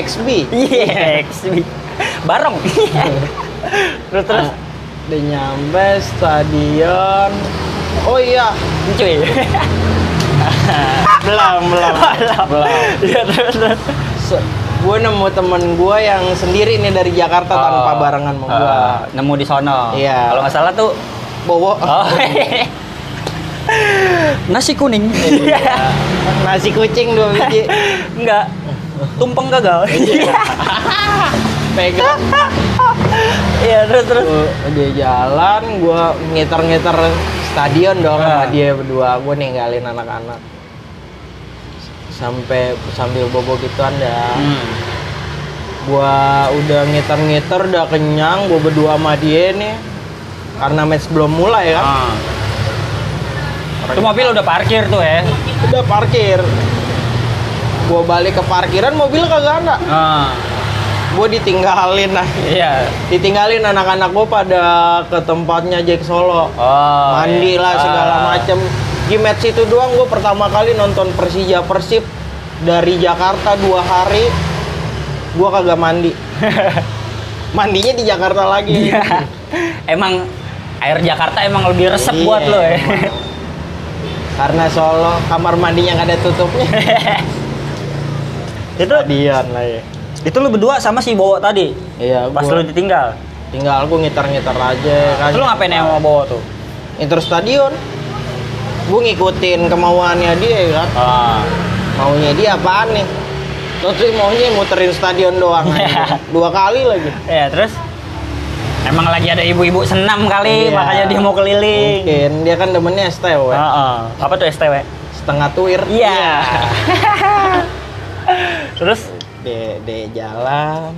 Speaker 2: XB
Speaker 1: Yes. Iya. Barong. Iya. terus terus
Speaker 2: terus Ah, udah nyampe stadion oh iya
Speaker 1: cuy.
Speaker 2: belum belum belum
Speaker 1: Iya terus terus.
Speaker 2: gue nemu temen gue yang sendiri nih dari Jakarta tanpa
Speaker 1: Oh.
Speaker 2: barengan sama gue
Speaker 1: Eh, Ah, nemu di sono.
Speaker 2: Iya.
Speaker 1: Kalau nggak salah tuh
Speaker 2: bowo
Speaker 1: oh. nasi kuning.
Speaker 2: Iya. nasi kucing dua biji
Speaker 1: Enggak. Tumpeng gagal.
Speaker 2: Iya. pegang
Speaker 1: Iya terus terus.
Speaker 2: Gua- dia jalan gue ngiter-ngiter stadion dong sama
Speaker 1: Ah.
Speaker 2: dia berdua gue ninggalin anak-anak sampai sambil bobo gitu anda
Speaker 1: Hmm.
Speaker 2: gua udah ngeter-ngeter udah kenyang gua berdua sama dia nih karena match belum mulai kan
Speaker 1: Ah. Itu mobil udah parkir tuh ya.
Speaker 2: udah parkir gua balik ke parkiran mobil kagak ada
Speaker 1: Ah.
Speaker 2: gua ditinggalin nah
Speaker 1: Iya.
Speaker 2: ditinggalin anak-anak gua pada ke tempatnya Jack Solo
Speaker 1: Oh. iya.
Speaker 2: mandi lah segala
Speaker 1: Ah.
Speaker 2: macem di match itu doang gua pertama kali nonton Persija Persib dari Jakarta dua hari gua kagak mandi mandinya di Jakarta lagi
Speaker 1: Iya. emang air Jakarta emang lebih resep buat
Speaker 2: Iya,
Speaker 1: lo ya.
Speaker 2: emang. Karena Solo kamar mandinya nggak ada tutupnya.
Speaker 1: itu
Speaker 2: Dian lah ya.
Speaker 1: itu lu berdua sama si Bowo tadi.
Speaker 2: Iya,
Speaker 1: Pas
Speaker 2: gua
Speaker 1: lu ditinggal.
Speaker 2: tinggal aku ngiter-ngiter aja kan.
Speaker 1: Terus lu ngapain yang sama Bowo tuh?
Speaker 2: Ngiter stadion. Gue ngikutin kemauannya dia ya kan.
Speaker 1: Ah.
Speaker 2: Maunya dia apaan nih? Terus dia maunya muterin stadion doang.
Speaker 1: Iya.
Speaker 2: aja. Dua kali lagi.
Speaker 1: Ya, terus emang lagi ada ibu-ibu senam kali,
Speaker 2: Iya.
Speaker 1: makanya dia mau keliling.
Speaker 2: Mungkin dia kan demennya STW.
Speaker 1: Ah, ah. Apa tuh STW?
Speaker 2: Setengah tuir.
Speaker 1: Iya. terus
Speaker 2: Dia dia jalan.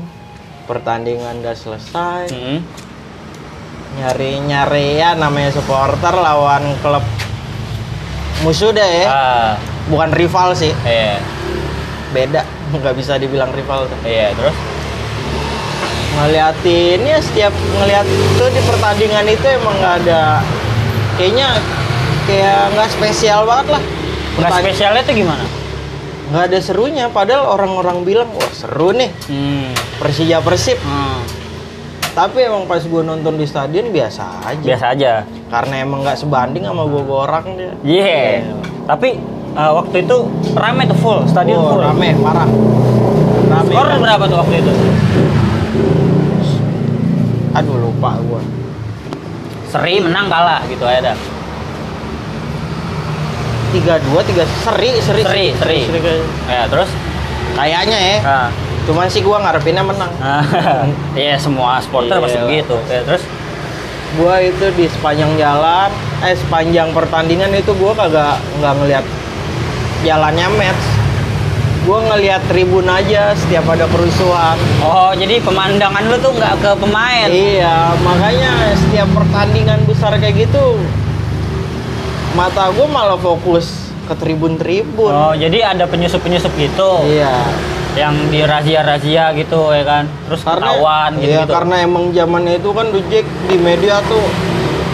Speaker 2: Pertandingan udah selesai.
Speaker 1: hmm.
Speaker 2: nyari nyari ya namanya supporter lawan klub musuh deh ya
Speaker 1: Ah,
Speaker 2: bukan rival sih
Speaker 1: iya.
Speaker 2: beda nggak bisa dibilang rival tuh.
Speaker 1: Iya, terus
Speaker 2: ngeliatin ya setiap ngeliat tuh di pertandingan itu emang nggak ada kayaknya kayak nggak spesial banget lah
Speaker 1: Nggak
Speaker 2: Pertand-
Speaker 1: Nah, spesialnya tuh gimana?
Speaker 2: nggak ada serunya padahal orang-orang bilang wah seru nih
Speaker 1: Hmm.
Speaker 2: Persija Persib
Speaker 1: Hmm.
Speaker 2: tapi emang pas gue nonton di stadion biasa aja
Speaker 1: biasa aja
Speaker 2: karena emang nggak sebanding sama gue orang dia
Speaker 1: iya tapi eh, waktu itu rame tuh full stadion
Speaker 2: Oh,
Speaker 1: full
Speaker 2: rame parah rame
Speaker 1: skor berapa tuh waktu itu
Speaker 2: aduh lupa gue
Speaker 1: seri menang kalah gitu ada
Speaker 2: tiga dua tiga seri seri
Speaker 1: Seri, seri.
Speaker 2: kayaknya.
Speaker 1: ya terus
Speaker 2: kayaknya ya
Speaker 1: ah.
Speaker 2: cuman sih gue ngarepinnya menang
Speaker 1: Ah, iya semua supporter pasti
Speaker 2: Iya.
Speaker 1: begitu ya, terus
Speaker 2: gua itu di sepanjang jalan eh sepanjang pertandingan itu gua kagak nggak ngelihat jalannya match gua ngelihat tribun aja setiap ada kerusuhan
Speaker 1: oh jadi pemandangan lu tuh nggak ke pemain
Speaker 2: iya makanya setiap pertandingan besar kayak gitu mata gua malah fokus ke tribun-tribun
Speaker 1: oh jadi ada penyusup penyusup gitu
Speaker 2: iya
Speaker 1: yang di razia razia gitu ya kan terus ketahuan gitu,
Speaker 2: iya, karena emang zamannya itu kan Dujek di media tuh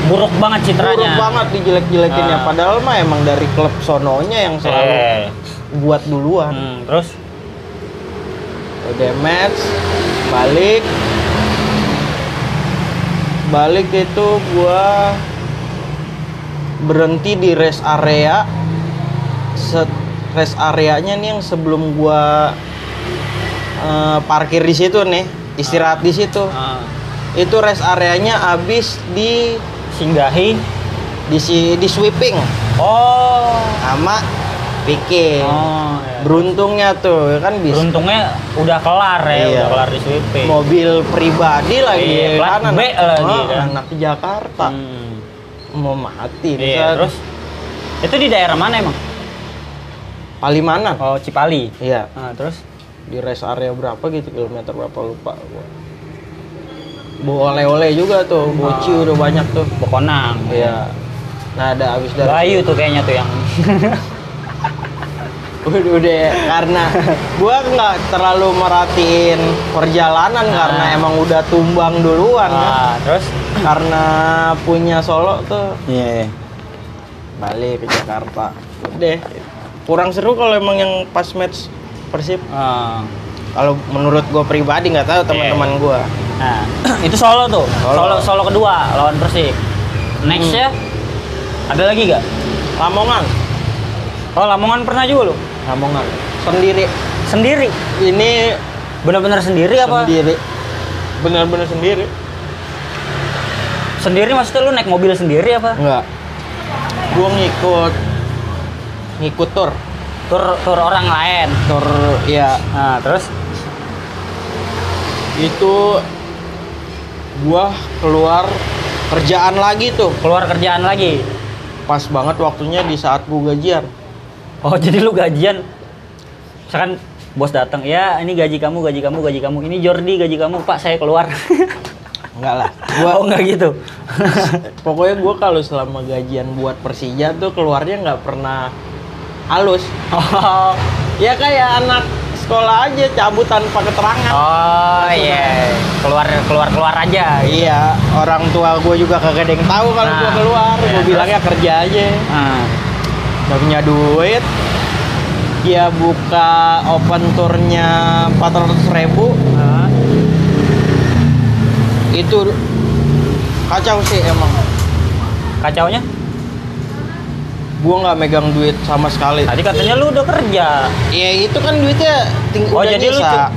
Speaker 1: buruk banget
Speaker 2: buruk
Speaker 1: citranya
Speaker 2: banget dijelek-jelekin ya
Speaker 1: Ah.
Speaker 2: padahal mah emang dari klub sononya yang selalu
Speaker 1: Eh,
Speaker 2: buat duluan
Speaker 1: hmm, terus
Speaker 2: udah match balik balik itu gua berhenti di rest area set rest areanya nih yang sebelum gua eh, parkir di situ nih istirahat di situ
Speaker 1: ah,
Speaker 2: itu rest areanya habis di
Speaker 1: singgahi
Speaker 2: di si- di sweeping
Speaker 1: oh
Speaker 2: sama picking
Speaker 1: oh iya.
Speaker 2: beruntungnya tuh kan bisa
Speaker 1: beruntungnya udah kelar ya
Speaker 2: Iya.
Speaker 1: udah kelar di sweeping
Speaker 2: mobil pribadi lagi
Speaker 1: Iya, plat
Speaker 2: kan
Speaker 1: B lagi,
Speaker 2: oh,
Speaker 1: kan.
Speaker 2: anak Jakarta
Speaker 1: Hmm.
Speaker 2: mau mati
Speaker 1: iya
Speaker 2: bisa-
Speaker 1: terus itu di daerah mana emang
Speaker 2: Palimanan
Speaker 1: oh Cipali
Speaker 2: iya
Speaker 1: Nah, terus
Speaker 2: di rest area berapa gitu kilometer berapa lupa gua bawa oleh-oleh juga tuh boci
Speaker 1: Ah.
Speaker 2: udah banyak tuh
Speaker 1: Bokonang.
Speaker 2: iya nah ada abis dari
Speaker 1: Bayu tuh kayaknya tuh yang
Speaker 2: udah, udah ya. karena gua nggak terlalu merhatiin perjalanan
Speaker 1: Ah.
Speaker 2: karena emang udah tumbang duluan kan.
Speaker 1: ah, terus
Speaker 2: karena punya Solo tuh
Speaker 1: iya
Speaker 2: balik ke Jakarta deh kurang seru kalau emang yang pas match Persib
Speaker 1: Ah.
Speaker 2: kalau menurut gue pribadi nggak tahu teman-teman gue
Speaker 1: nah itu solo tuh
Speaker 2: Solo.
Speaker 1: solo solo kedua lawan Persik next ya ada lagi gak?
Speaker 2: Lamongan
Speaker 1: Oh Lamongan pernah juga lu
Speaker 2: Lamongan sendiri
Speaker 1: sendiri
Speaker 2: ini
Speaker 1: bener-bener sendiri apa sendiri,
Speaker 2: sendiri benar-benar sendiri
Speaker 1: maksudnya lu naik mobil sendiri apa
Speaker 2: enggak gue ngikut ngikut tur
Speaker 1: tur tur orang lain
Speaker 2: tur ya
Speaker 1: nah terus
Speaker 2: itu gue keluar kerjaan lagi tuh
Speaker 1: keluar kerjaan lagi
Speaker 2: pas banget waktunya di saat gue gajian
Speaker 1: oh jadi lu gajian misalkan bos datang ya ini gaji kamu gaji kamu gaji kamu ini Jordi gaji kamu pak saya keluar
Speaker 2: enggak lah
Speaker 1: Gua...
Speaker 2: gua
Speaker 1: Oh nggak gitu.
Speaker 2: Pokoknya gue kalau selama gajian buat Persija tuh keluarnya nggak pernah halus.
Speaker 1: oh,
Speaker 2: Ya kayak anak sekolah aja cabut tanpa keterangan.
Speaker 1: oh iya. Keluar keluar keluar aja.
Speaker 2: Iya, orang tua gue juga kagak ada yang tahu kalau
Speaker 1: Nah,
Speaker 2: gue keluar.
Speaker 1: iya,
Speaker 2: Gue
Speaker 1: terus?
Speaker 2: bilangnya kerja aja.
Speaker 1: Ah,
Speaker 2: Gak punya duit. Dia buka open tournya 400 ribu.
Speaker 1: ah.
Speaker 2: Itu kacau sih emang.
Speaker 1: Kacaunya?
Speaker 2: Gue nggak megang duit sama sekali.
Speaker 1: Tadi katanya lu udah kerja.
Speaker 2: Ya itu kan duitnya ting-
Speaker 1: Oh
Speaker 2: udah
Speaker 1: jadi lu
Speaker 2: nyisa.
Speaker 1: cu-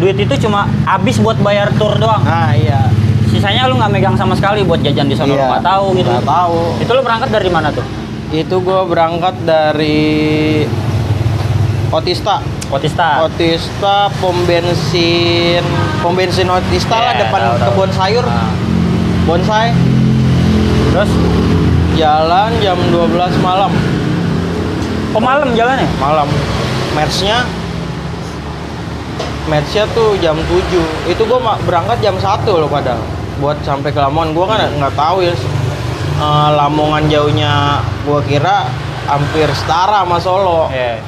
Speaker 1: duit itu cuma habis buat bayar tur doang.
Speaker 2: Nah iya.
Speaker 1: Sisanya lu nggak megang sama sekali buat jajan di sana lu
Speaker 2: Iya,
Speaker 1: nggak tahu gitu.
Speaker 2: nggak tahu.
Speaker 1: Itu lu berangkat dari mana tuh?
Speaker 2: Itu gue berangkat dari Otista.
Speaker 1: Otista.
Speaker 2: Otista pom bensin, pom bensin Otista lah
Speaker 1: Iya,
Speaker 2: depan
Speaker 1: tahu, tahu.
Speaker 2: kebun sayur,
Speaker 1: Ah.
Speaker 2: bonsai.
Speaker 1: Terus
Speaker 2: Jalan jam 12 malam.
Speaker 1: kok Oh, malam jalannya?
Speaker 2: Malam. Matchnya matchnya tuh jam 7. Itu gue berangkat jam 1 loh padahal. Buat sampai ke Lamongan gue kan nggak tahu ya. eh, Lamongan jauhnya gue kira hampir setara sama Solo.
Speaker 1: Iya.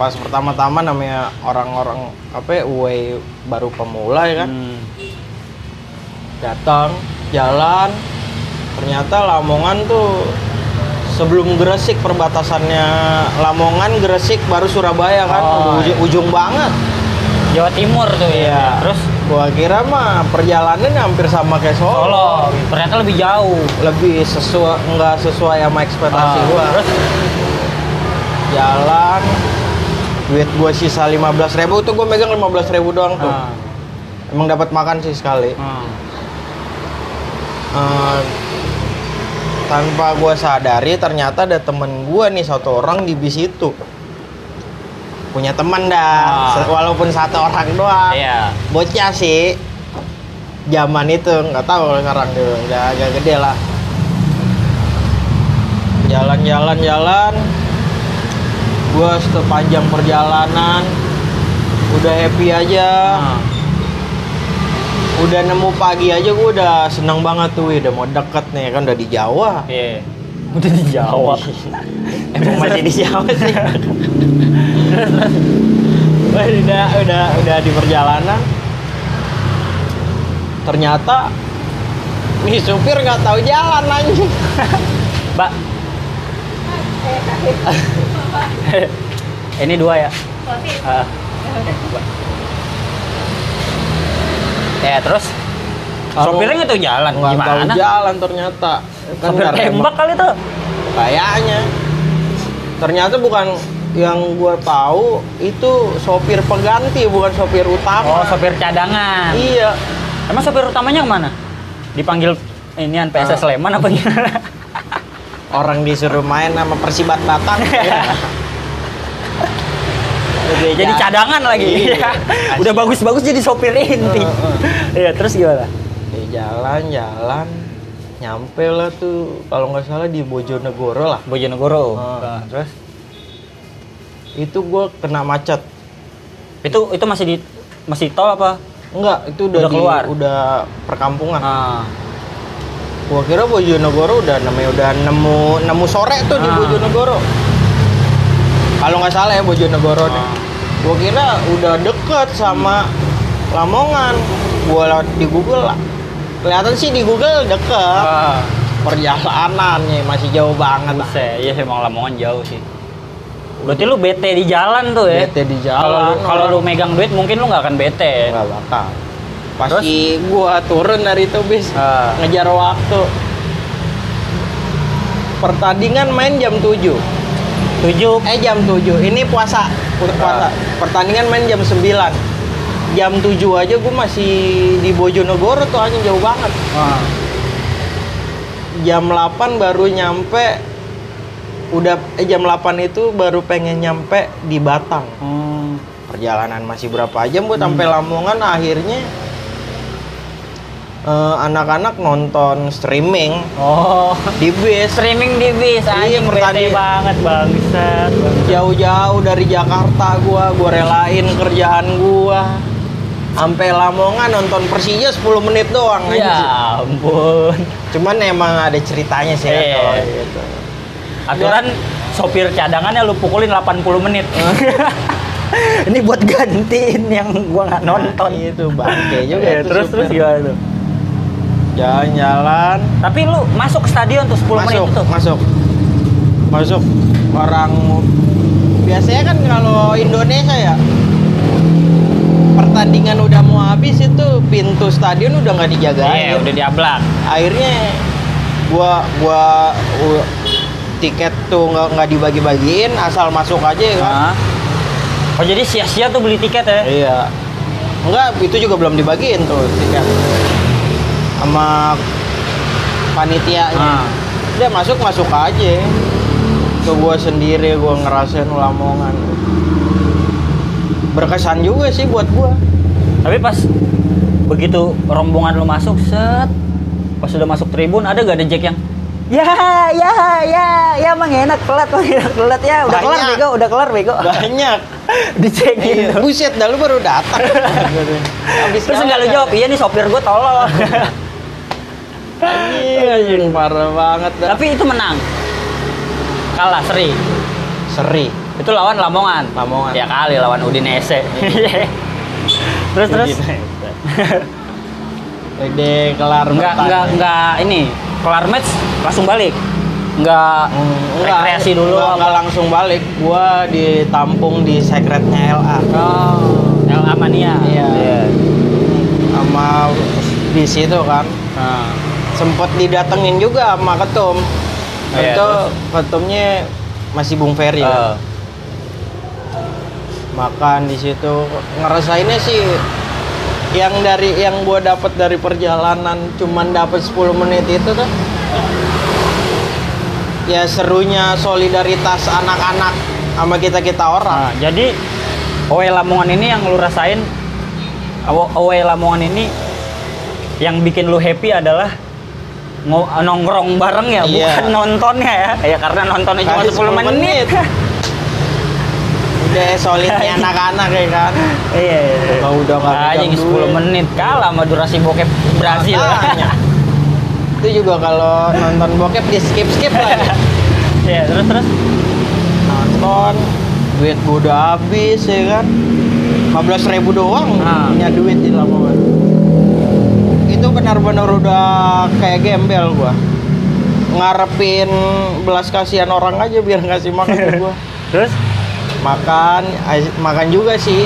Speaker 2: pas pertama-tama namanya orang-orang apa ya, UAI baru pemula ya kan
Speaker 1: Hmm.
Speaker 2: datang jalan ternyata Lamongan tuh sebelum Gresik perbatasannya Lamongan Gresik baru Surabaya kan
Speaker 1: Oh,
Speaker 2: Uju- ujung, banget
Speaker 1: Jawa Timur tuh ya.
Speaker 2: Iya.
Speaker 1: Terus
Speaker 2: Gua kira mah perjalanan ya hampir sama kayak
Speaker 1: Solo
Speaker 2: Solo.
Speaker 1: ternyata lebih jauh
Speaker 2: Lebih sesuai nggak sesuai sama ekspektasi
Speaker 1: Ah,
Speaker 2: gua.
Speaker 1: terus
Speaker 2: Jalan duit gua sisa 15.000 tuh gua megang 15.000 doang tuh.
Speaker 1: ah,
Speaker 2: Emang dapat makan sih sekali.
Speaker 1: ah.
Speaker 2: Eh, tanpa gua sadari ternyata ada temen gua nih satu orang di bis itu. Punya teman dah,
Speaker 1: Ah.
Speaker 2: se- walaupun satu orang doang.
Speaker 1: iya
Speaker 2: bocah sih zaman itu nggak tahu kalau sekarang tuh udah agak gede lah jalan-jalan jalan gue sepanjang perjalanan udah happy aja
Speaker 1: Ah.
Speaker 2: udah nemu pagi aja gue udah seneng banget tuh wih, udah mau deket nih kan udah di Jawa
Speaker 1: iya udah di Jawa
Speaker 2: emang masih di Jawa sih Wah, udah udah udah di perjalanan ternyata nih supir nggak tahu jalan anjing
Speaker 1: Mbak ini dua ya Ah. ya terus
Speaker 2: Kalau-
Speaker 1: sopirnya nggak tahu jalan
Speaker 2: nggak tahu
Speaker 1: Kan gimana
Speaker 2: jalan ternyata kan
Speaker 1: sopir
Speaker 2: nggak
Speaker 1: tembak
Speaker 2: remok.
Speaker 1: kali tuh
Speaker 2: kayaknya ternyata bukan yang gue tahu itu sopir pengganti bukan sopir utama
Speaker 1: oh sopir cadangan
Speaker 2: iya
Speaker 1: Emang sopir utamanya kemana? Dipanggil inian
Speaker 2: Ah.
Speaker 1: PSS Sleman apa gimana?
Speaker 2: orang disuruh main sama Persibat Batang ya. Udah
Speaker 1: jadi
Speaker 2: jalan.
Speaker 1: cadangan lagi.
Speaker 2: Ya. Iya. Ah,
Speaker 1: Udah bagus-bagus jadi sopir inti.
Speaker 2: Heeh.
Speaker 1: Iya, terus gimana?
Speaker 2: Di jalan jalan nyampe lah tuh kalau nggak salah di Bojonegoro lah
Speaker 1: Bojonegoro.
Speaker 2: Heeh.
Speaker 1: terus
Speaker 2: itu gue kena macet
Speaker 1: itu itu masih di masih tol apa?
Speaker 2: enggak itu udah,
Speaker 1: Udah
Speaker 2: di-
Speaker 1: keluar?
Speaker 2: udah perkampungan
Speaker 1: Ah.
Speaker 2: gua kira Bojonegoro udah namanya udah nemu nemu sore tuh di
Speaker 1: Ah.
Speaker 2: Bojonegoro kalau nggak salah ya Bojonegoro nih
Speaker 1: Ah.
Speaker 2: gua kira udah deket sama Lamongan gua lewat di Google lah kelihatan sih di Google deket
Speaker 1: Ah.
Speaker 2: perjalanannya masih jauh banget lah
Speaker 1: Buset, iya emang Lamongan jauh sih. Berarti lu bete di jalan tuh ya?
Speaker 2: Bete di
Speaker 1: Kalau
Speaker 2: jalan
Speaker 1: lu- kalau lu megang duit mungkin lu nggak akan bete. ya?
Speaker 2: nggak bakal pasti gua turun dari itu bis
Speaker 1: Ah.
Speaker 2: ngejar waktu pertandingan main jam 7
Speaker 1: Tujuh.
Speaker 2: Eh jam 7, ini puasa, untuk
Speaker 1: Ah.
Speaker 2: puasa. Pertandingan main jam 9. Jam 7 aja gue masih di Bojonegoro tuh anjing jauh banget.
Speaker 1: Ah.
Speaker 2: Jam 8 baru nyampe udah eh, jam 8 itu baru pengen nyampe di Batang.
Speaker 1: Hmm.
Speaker 2: Perjalanan masih berapa jam buat sampai Lamongan akhirnya eh, anak-anak nonton streaming
Speaker 1: Oh.
Speaker 2: di bis
Speaker 1: streaming di bis anjing bete
Speaker 2: pertandingan.
Speaker 1: banget bangsat bangsat.
Speaker 2: jauh-jauh dari Jakarta gua gua relain kerjaan gua sampai Lamongan nonton Persija 10 menit doang
Speaker 1: ya
Speaker 2: aja sih.
Speaker 1: ampun
Speaker 2: cuman emang ada ceritanya sih ya,
Speaker 1: Iya.
Speaker 2: kalau gitu.
Speaker 1: aturan sopir cadangannya lu pukulin 80 menit ini buat gantiin yang gua nggak nonton
Speaker 2: Nah, itu bangke juga
Speaker 1: Iya,
Speaker 2: itu
Speaker 1: terus
Speaker 2: supir.
Speaker 1: terus gimana tuh
Speaker 2: jalan-jalan
Speaker 1: tapi lu masuk ke stadion tuh 10 menit
Speaker 2: masuk
Speaker 1: itu tuh
Speaker 2: masuk masuk orang biasanya kan kalau Indonesia ya pertandingan udah mau habis itu pintu stadion udah nggak dijagain
Speaker 1: iya udah diablak
Speaker 2: akhirnya gua gua u- tiket tuh nggak nggak dibagi-bagiin asal masuk aja ya kan
Speaker 1: Hah? Iya. oh jadi sia-sia tuh beli tiket ya
Speaker 2: iya enggak itu juga belum dibagiin tuh tiket sama panitianya
Speaker 1: Ah.
Speaker 2: udah masuk masuk aja ke gua sendiri gua ngerasain lamongan berkesan juga sih buat gua
Speaker 1: tapi pas begitu rombongan lu masuk set pas sudah masuk tribun ada gak ada Jack yang ya ya ya ya mang enak kelat mang enak kelat ya udah kelar
Speaker 2: Banyak.
Speaker 1: bego udah kelar bego
Speaker 2: banyak
Speaker 1: dicekin
Speaker 2: Iya,
Speaker 1: tuh.
Speaker 2: buset dah lu baru datang Habis
Speaker 1: terus enggak lu
Speaker 2: jalan.
Speaker 1: jawab iya nih sopir gue tolol Iya,
Speaker 2: Anjing, Iya, parah banget dah.
Speaker 1: tapi itu menang kalah seri
Speaker 2: Seri.
Speaker 1: itu lawan Lamongan
Speaker 2: Lamongan.
Speaker 1: ya kali lawan Udinese terus terus
Speaker 2: Ede kelar
Speaker 1: Enggak, enggak, enggak ini. Kelar match langsung balik. Enggak Hmm, rekreasi dulu
Speaker 2: enggak,
Speaker 1: apa?
Speaker 2: langsung balik. Gua ditampung di secretnya LA.
Speaker 1: Oh, El Amania.
Speaker 2: Iya. sama di situ kan
Speaker 1: Nah,
Speaker 2: sempet didatengin juga sama ketum
Speaker 1: Iya,
Speaker 2: itu
Speaker 1: terus?
Speaker 2: ketumnya masih Bung Ferry
Speaker 1: eh,
Speaker 2: kan? makan di situ ngerasainnya sih yang dari yang gua dapat dari perjalanan cuman dapat 10 menit itu tuh ya serunya solidaritas anak-anak sama kita kita orang
Speaker 1: nah, jadi Oe Lamongan ini yang lu rasain Aw- Oe Lamongan ini yang bikin lu happy adalah ngo- nongkrong bareng ya,
Speaker 2: Iya.
Speaker 1: bukan nontonnya ya. Ya karena nontonnya cuma
Speaker 2: Tadi
Speaker 1: 10
Speaker 2: 10
Speaker 1: menit.
Speaker 2: menit. udah ya, solidnya anak-anak ya kan
Speaker 1: Iya. iya.
Speaker 2: Kalau udah nggak iya. pegang
Speaker 1: Anjing
Speaker 2: duit.
Speaker 1: 10 menit kalah sama durasi bokep Brasil.
Speaker 2: Makanya. itu juga kalau nonton bokep di skip skip lah
Speaker 1: Iya, terus terus.
Speaker 2: nonton duit gua udah habis ya kan 15.000 doang
Speaker 1: Ah.
Speaker 2: punya duit di Lamongan itu benar-benar udah kayak gembel gua ngarepin belas kasihan orang aja biar ngasih makan ke gua
Speaker 1: Terus
Speaker 2: makan as- makan juga sih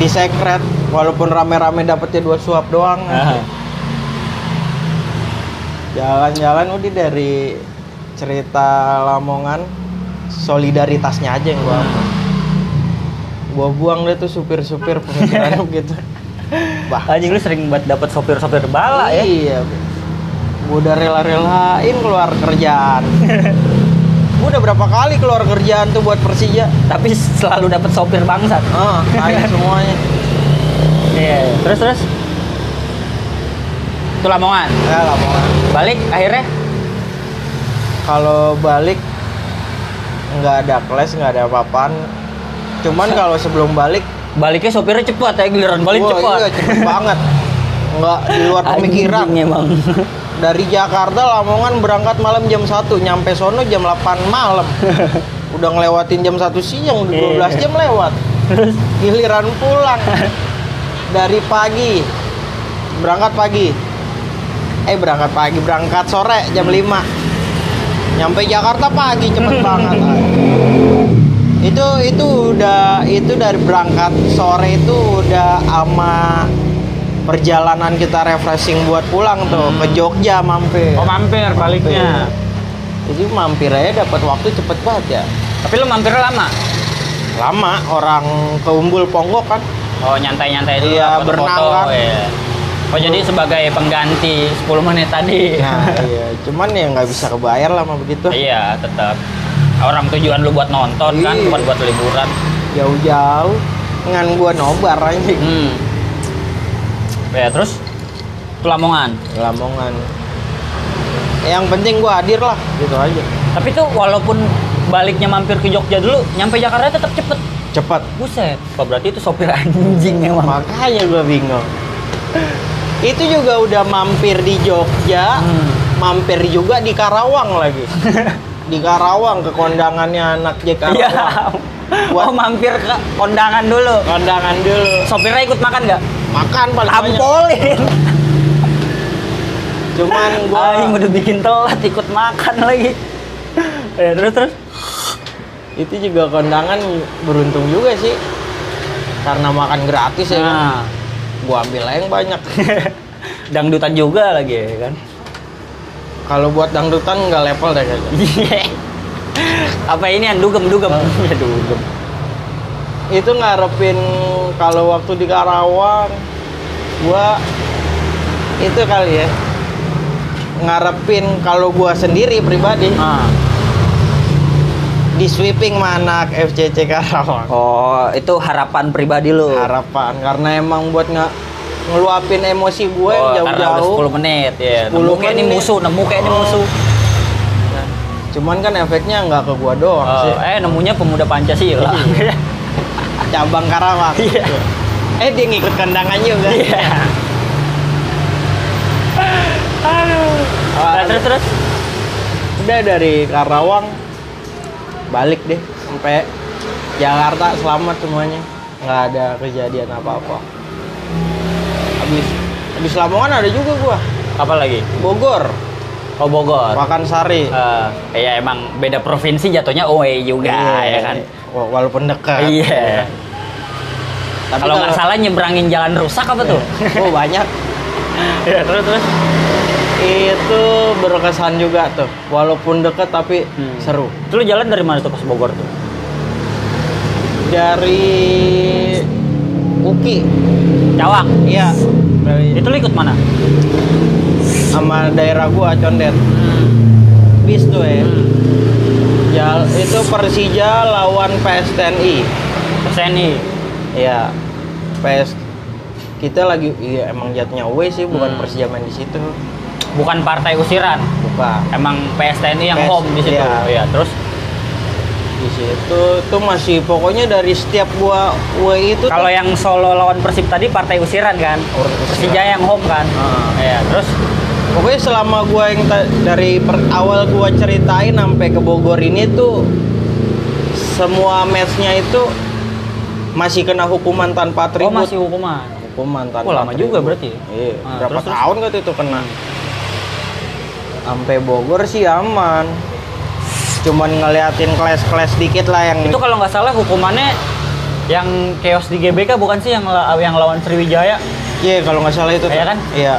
Speaker 2: di secret walaupun rame-rame dapetnya dua suap doang
Speaker 1: Nah.
Speaker 2: jalan-jalan udah dari cerita Lamongan solidaritasnya aja yang gua gua buang deh tuh supir-supir pemikirannya gitu bah
Speaker 1: anjing lu sering banget dapat sopir-sopir bala ya.
Speaker 2: iya gua udah rela-relain keluar kerjaan gua udah berapa kali keluar kerjaan tuh buat Persija
Speaker 1: Tapi selalu dapat sopir bangsat.
Speaker 2: ah kain semuanya
Speaker 1: Iya. Terus terus. Itu Lamongan.
Speaker 2: ya Lamongan
Speaker 1: Balik akhirnya.
Speaker 2: kalau balik nggak ada kelas nggak ada papan cuman kalau sebelum balik
Speaker 1: Baliknya sopirnya cepat ya, giliran balik
Speaker 2: Wah,
Speaker 1: cepat.
Speaker 2: iya, cepet banget nggak di luar pemikiran
Speaker 1: Anjing emang.
Speaker 2: dari Jakarta Lamongan berangkat malam jam 1 nyampe sono jam 8 malam udah ngelewatin jam 1 siang udah 12 jam lewat
Speaker 1: Iya. Terus
Speaker 2: giliran pulang dari pagi berangkat pagi eh berangkat pagi berangkat sore jam 5 nyampe Jakarta pagi cepet banget itu itu udah itu dari berangkat sore itu udah ama perjalanan kita refreshing buat pulang tuh ke Jogja mampir
Speaker 1: oh mampir baliknya.
Speaker 2: jadi mampir aja dapat waktu cepet banget ya
Speaker 1: Tapi lu mampir lama.
Speaker 2: lama orang keumbul ponggok kan
Speaker 1: Oh nyantai-nyantai dulu
Speaker 2: Iya,
Speaker 1: lah, foto-foto,
Speaker 2: berenang kan.
Speaker 1: iya. Oh jadi sebagai pengganti 10 menit tadi.
Speaker 2: Nah, iya. Cuman ya nggak bisa kebayar lama begitu.
Speaker 1: iya, tetap. Orang tujuan lu buat nonton kan,
Speaker 2: Iya.
Speaker 1: bukan buat liburan.
Speaker 2: Jauh-jauh ngan gua nobar anjing.
Speaker 1: Hmm. Ya terus itu Lamongan.
Speaker 2: Lamongan. Yang penting gua hadir lah, gitu aja.
Speaker 1: Tapi tuh walaupun baliknya mampir ke Jogja dulu, nyampe Jakarta tetap cepet.
Speaker 2: Cepat.
Speaker 1: Buset. Kok berarti itu sopir anjing emang.
Speaker 2: Makanya gua bingung. Itu juga udah mampir di Jogja,
Speaker 1: Hmm.
Speaker 2: mampir juga di Karawang lagi. di Karawang ke kondangannya anak J
Speaker 1: Iya.
Speaker 2: Karawang.
Speaker 1: Oh mampir ke kondangan dulu.
Speaker 2: Kondangan dulu.
Speaker 1: Sopirnya ikut makan nggak?
Speaker 2: Makan paling banyak.
Speaker 1: Ampolin.
Speaker 2: Cuman gua
Speaker 1: Aing udah bikin telat ikut makan lagi. Eh, terus terus.
Speaker 2: itu juga kondangan beruntung juga sih karena makan gratis ya kan
Speaker 1: Nah,
Speaker 2: gua ambil aja yang banyak
Speaker 1: dangdutan juga lagi ya kan.
Speaker 2: kalau buat dangdutan nggak level deh kayaknya
Speaker 1: Apa ini yang dugem dugem? Iya, dugem.
Speaker 2: itu ngarepin kalau waktu di Karawang gua itu kali ya ngarepin kalau gua sendiri pribadi
Speaker 1: Ah.
Speaker 2: di sweeping sama anak FCC Karawang
Speaker 1: Oh, itu harapan pribadi lu.
Speaker 2: harapan karena emang buat nggak ngeluapin emosi gue
Speaker 1: Oh, karena
Speaker 2: yang
Speaker 1: udah
Speaker 2: jauh-jauh
Speaker 1: 10 menit ya.
Speaker 2: 10
Speaker 1: nemu kayak ini
Speaker 2: menit.
Speaker 1: musuh, nemu kayak ini
Speaker 2: Oh.
Speaker 1: musuh.
Speaker 2: Nah, cuman kan efeknya nggak ke gua doang sih
Speaker 1: Oh, Iya. eh nemunya pemuda Pancasila.
Speaker 2: cabang Karawang.
Speaker 1: Iya.
Speaker 2: Eh dia ngikut kondangan juga.
Speaker 1: Iya. Aduh. Nah, terus terus.
Speaker 2: Udah dari Karawang balik deh sampai Jakarta selamat semuanya. Nggak ada kejadian apa-apa. Habis habis Lamongan ada juga gua.
Speaker 1: Apa lagi?
Speaker 2: Bogor,
Speaker 1: Oh, Bogor.
Speaker 2: Pakan Sari.
Speaker 1: Eh, ya emang beda provinsi jatuhnya away E juga
Speaker 2: Iya,
Speaker 1: ya kan.
Speaker 2: wa- Walaupun dekat.
Speaker 1: Iya.
Speaker 2: Tapi
Speaker 1: kalau nggak
Speaker 2: kalau-
Speaker 1: salah nyebrangin jalan rusak apa tuh?
Speaker 2: oh banyak
Speaker 1: ya terus terus.
Speaker 2: itu berkesan juga tuh walaupun deket tapi
Speaker 1: Hmm.
Speaker 2: seru
Speaker 1: Itu lu jalan dari mana tuh pas Bogor tuh?
Speaker 2: dari Uki
Speaker 1: Cawang.
Speaker 2: iya dari
Speaker 1: Itu lu ikut mana?
Speaker 2: sama daerah gua Condet bis tuh ya Jal- Ya, itu Persija lawan PSTNI
Speaker 1: Seni.
Speaker 2: Iya. PS kita lagi iya emang jatuhnya away sih bukan
Speaker 1: Hmm.
Speaker 2: Persija main di situ.
Speaker 1: Bukan partai usiran.
Speaker 2: Bukan.
Speaker 1: Emang PSTNI yang
Speaker 2: PS,
Speaker 1: home di situ.
Speaker 2: iya.
Speaker 1: Iya, terus
Speaker 2: Di situ tuh masih pokoknya dari setiap gua away itu
Speaker 1: kalau ya, yang Solo lawan Persib tadi partai usiran kan?
Speaker 2: Oh, usiran.
Speaker 1: Persija yang home kan?
Speaker 2: Ah.
Speaker 1: Iya, terus
Speaker 2: pokoknya selama gua yang ta- dari per- awal gua ceritain sampai ke Bogor ini tuh semua matchnya itu masih kena hukuman tanpa
Speaker 1: oh
Speaker 2: tribut.
Speaker 1: masih hukuman.
Speaker 2: hukuman tanpa
Speaker 1: Oh, lama juga berarti ya?
Speaker 2: Iya,
Speaker 1: Ah,
Speaker 2: berapa
Speaker 1: terus, terus?
Speaker 2: tahun gak tuh itu kena? Sampai Bogor sih aman. Cuman ngeliatin kelas-kelas dikit lah yang
Speaker 1: Itu kalau nggak salah hukumannya yang chaos di GBK bukan sih yang la- yang lawan Sriwijaya?
Speaker 2: Iya, kalau nggak salah itu. tuh.
Speaker 1: Iya kan?
Speaker 2: Iya.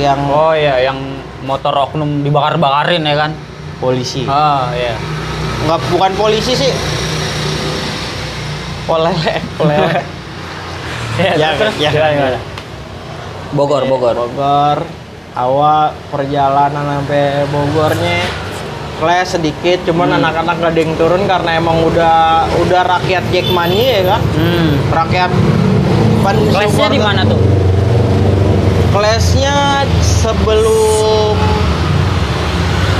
Speaker 2: Yang
Speaker 1: Oh iya, yang motor oknum dibakar-bakarin ya kan?
Speaker 2: polisi.
Speaker 1: Ah iya.
Speaker 2: Nggak bukan polisi sih. Polele, polele.
Speaker 1: Iya,
Speaker 2: Ya,
Speaker 1: terus
Speaker 2: ya,
Speaker 1: gimana,
Speaker 2: ya.
Speaker 1: gimana? Bogor, Bogor.
Speaker 2: Bogor. Awal perjalanan sampai Bogornya kelas sedikit,
Speaker 1: Hmm.
Speaker 2: cuman anak-anak gak ada yang turun karena emang udah udah rakyat Jackmania ya kan.
Speaker 1: Hmm.
Speaker 2: rakyat Van
Speaker 1: Kelasnya
Speaker 2: supporter-
Speaker 1: di mana tuh?
Speaker 2: Kelasnya sebelum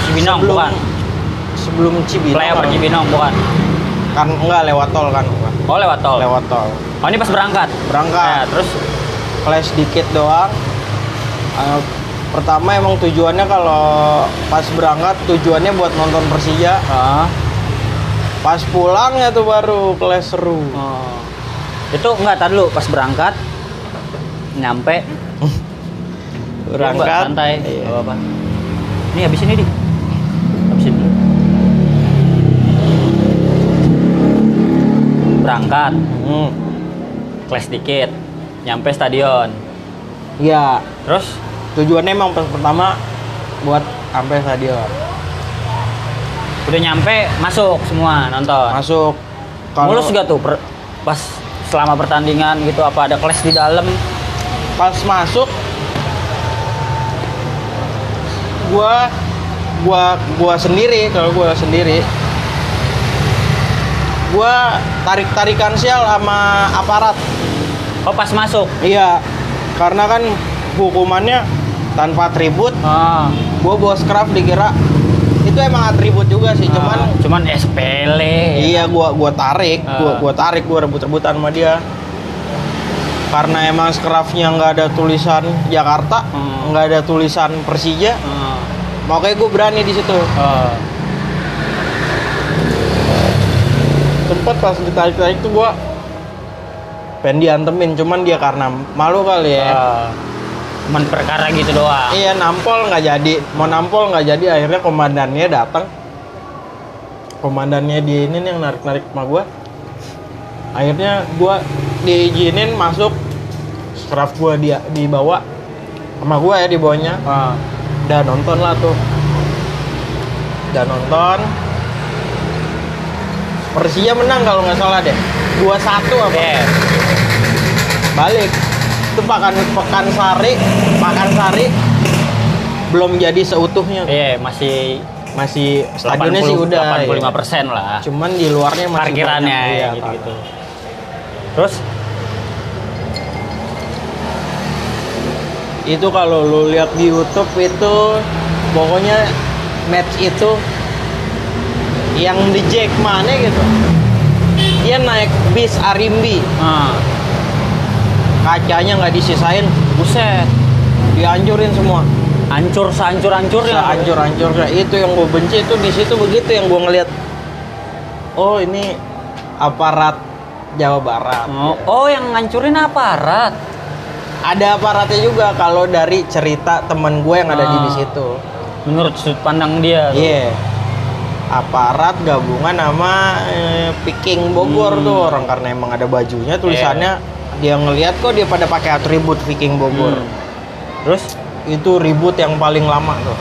Speaker 1: Cibinong
Speaker 2: sebelum,
Speaker 1: bukan?
Speaker 2: sebelum Cibinong.
Speaker 1: Flyover
Speaker 2: kan?
Speaker 1: Cibinong bukan?
Speaker 2: Kan enggak lewat tol kan? bukan?
Speaker 1: Oh lewat tol.
Speaker 2: Lewat tol.
Speaker 1: Oh ini pas berangkat. Nah,
Speaker 2: Berangkat
Speaker 1: terus
Speaker 2: kelas dikit doang. Eh, pertama emang tujuannya kalau pas berangkat tujuannya buat nonton Persija.
Speaker 1: Ah.
Speaker 2: Pas pulang ya tuh baru kelas seru.
Speaker 1: Oh. Itu enggak tadi dulu pas berangkat nyampe Mbak,
Speaker 2: Berangkat
Speaker 1: santai.
Speaker 2: Iya.
Speaker 1: Nggak apa-apa. Nih habis ini di. Habis ini. Berangkat,
Speaker 2: Hmm.
Speaker 1: kelas dikit, nyampe stadion.
Speaker 2: Iya.
Speaker 1: Terus
Speaker 2: Tujuannya emang pas pertama buat sampai stadion.
Speaker 1: udah nyampe masuk semua nonton.
Speaker 2: masuk
Speaker 1: Mulus gak tuh per- pas selama pertandingan gitu apa ada kelas di dalam?
Speaker 2: pas masuk gua gua gua sendiri kalau gua sendiri gua tarik tarikan sial sama aparat
Speaker 1: Oh pas masuk.
Speaker 2: iya karena kan hukumannya tanpa atribut
Speaker 1: Ah.
Speaker 2: gua bos craft dikira itu emang atribut juga
Speaker 1: Ah,
Speaker 2: sih Ya, cuman
Speaker 1: cuman SPL.
Speaker 2: Iya, gua gua tarik,
Speaker 1: Ah.
Speaker 2: gua gua tarik, gua rebut-rebutan sama dia. Karena emang skrafnya nggak ada tulisan Jakarta,
Speaker 1: Hmm.
Speaker 2: nggak ada tulisan Persija,
Speaker 1: Ah.
Speaker 2: makanya gua berani di situ.
Speaker 1: Ah.
Speaker 2: Sempet pas ditarik-tarik tuh gua pengen diantemin, cuman dia karena malu kali ya.
Speaker 1: Ah. Cuman perkara gitu doang.
Speaker 2: Iya, nampol nggak jadi, mau nampol nggak jadi, akhirnya komandannya datang. Komandannya di ini nih yang narik-narik sama gua. Akhirnya gua diizinin masuk Skraf gua dia dibawa sama gua ya dibawanya.
Speaker 1: Ah.
Speaker 2: Udah nonton lah tuh. Udah nonton. Persija menang kalau nggak salah deh. 2-1 apa?
Speaker 1: Iya.
Speaker 2: balik itu pakan pekan sari pakan sari belum jadi seutuhnya
Speaker 1: Iya, masih
Speaker 2: masih stadionnya
Speaker 1: 80,
Speaker 2: sih udah ya.
Speaker 1: 85% lah.
Speaker 2: cuman di luarnya masih
Speaker 1: Parkirannya
Speaker 2: banyak, iya,
Speaker 1: gitu-gitu. Terus
Speaker 2: itu kalau lu lihat di YouTube itu pokoknya match itu yang di Jack mana gitu dia naik bis Arimbi
Speaker 1: ah,
Speaker 2: kacanya nggak disisain
Speaker 1: buset,
Speaker 2: dihancurin semua
Speaker 1: hancur sehancur-hancurnya.
Speaker 2: hancur hancur itu yang gue benci itu di situ begitu yang gue ngeliat oh ini aparat Jawa Barat
Speaker 1: Oh, oh, yang ngancurin aparat.
Speaker 2: ada aparatnya juga kalau dari cerita temen gue yang ada di
Speaker 1: Ah.
Speaker 2: bis itu
Speaker 1: Menurut sudut pandang dia. tuh.
Speaker 2: iya aparat gabungan sama eh, Viking Bogor
Speaker 1: Hmm. Iya.
Speaker 2: tuh orang karena emang ada bajunya tulisannya dia ngelihat kok dia pada pakai atribut Viking Bogor
Speaker 1: Hmm.
Speaker 2: terus itu ribut yang paling lama tuh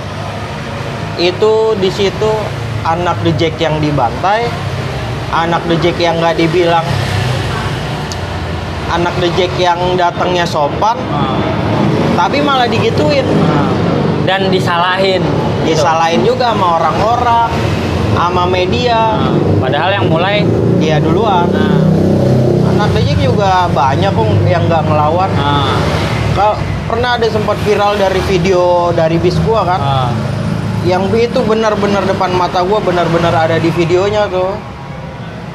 Speaker 2: itu di situ anak The Jack yang dibantai anak The Jack yang nggak dibilang anak The Jack yang datangnya sopan
Speaker 1: Ah.
Speaker 2: tapi malah digituin
Speaker 1: dan disalahin gitu.
Speaker 2: disalahin juga sama orang-orang sama media
Speaker 1: Nah, padahal yang mulai
Speaker 2: dia duluan
Speaker 1: nah,
Speaker 2: anak The Jack juga banyak kok yang nggak ngelawan
Speaker 1: nah,
Speaker 2: Kalau pernah ada sempat viral dari video dari bis gua kan
Speaker 1: ah.
Speaker 2: yang itu benar-benar depan mata gua benar-benar ada di videonya tuh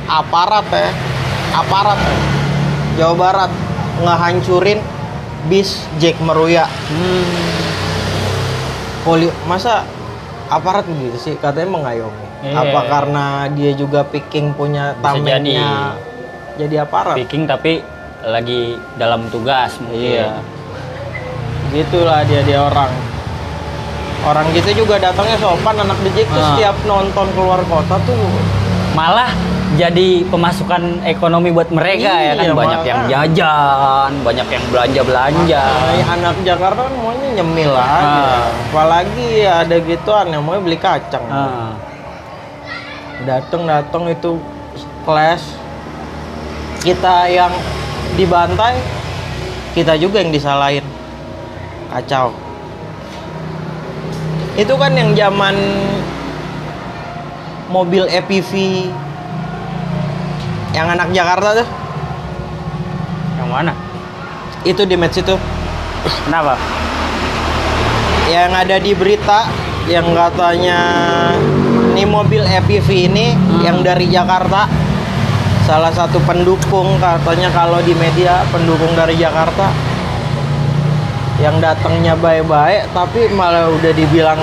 Speaker 2: aparat ya aparat Jawa Barat ngehancurin bis Jack Meruya
Speaker 1: Hmm.
Speaker 2: poli masa aparat begitu sih katanya mengayomi
Speaker 1: Iya.
Speaker 2: apa karena dia juga picking punya
Speaker 1: Bisa
Speaker 2: tamennya jadi aparat
Speaker 1: Speaking tapi lagi dalam tugas mungkin. ya.
Speaker 2: Iya. gitulah dia dia orang orang gitu juga datangnya sopan anak The Jack tuh
Speaker 1: Ah.
Speaker 2: setiap nonton keluar kota tuh
Speaker 1: Malah jadi pemasukan ekonomi buat mereka ya kan
Speaker 2: Iya,
Speaker 1: banyak
Speaker 2: malah.
Speaker 1: yang jajan, banyak yang belanja-belanja.
Speaker 2: Ay, anak Jakarta kan maunya nyemil aja
Speaker 1: Iya. Ah.
Speaker 2: apalagi ada gituan yang mau beli kacang
Speaker 1: Ah.
Speaker 2: datang datang itu clash kita yang dibantai kita juga yang disalahin kacau itu kan yang zaman mobil EPV yang anak Jakarta tuh
Speaker 1: Yang mana?
Speaker 2: itu di match itu
Speaker 1: Kenapa?
Speaker 2: yang ada di berita yang katanya ini mobil EPV ini
Speaker 1: Hmm.
Speaker 2: yang dari Jakarta salah satu pendukung katanya kalau di media pendukung dari Jakarta yang datangnya baik-baik tapi malah udah dibilang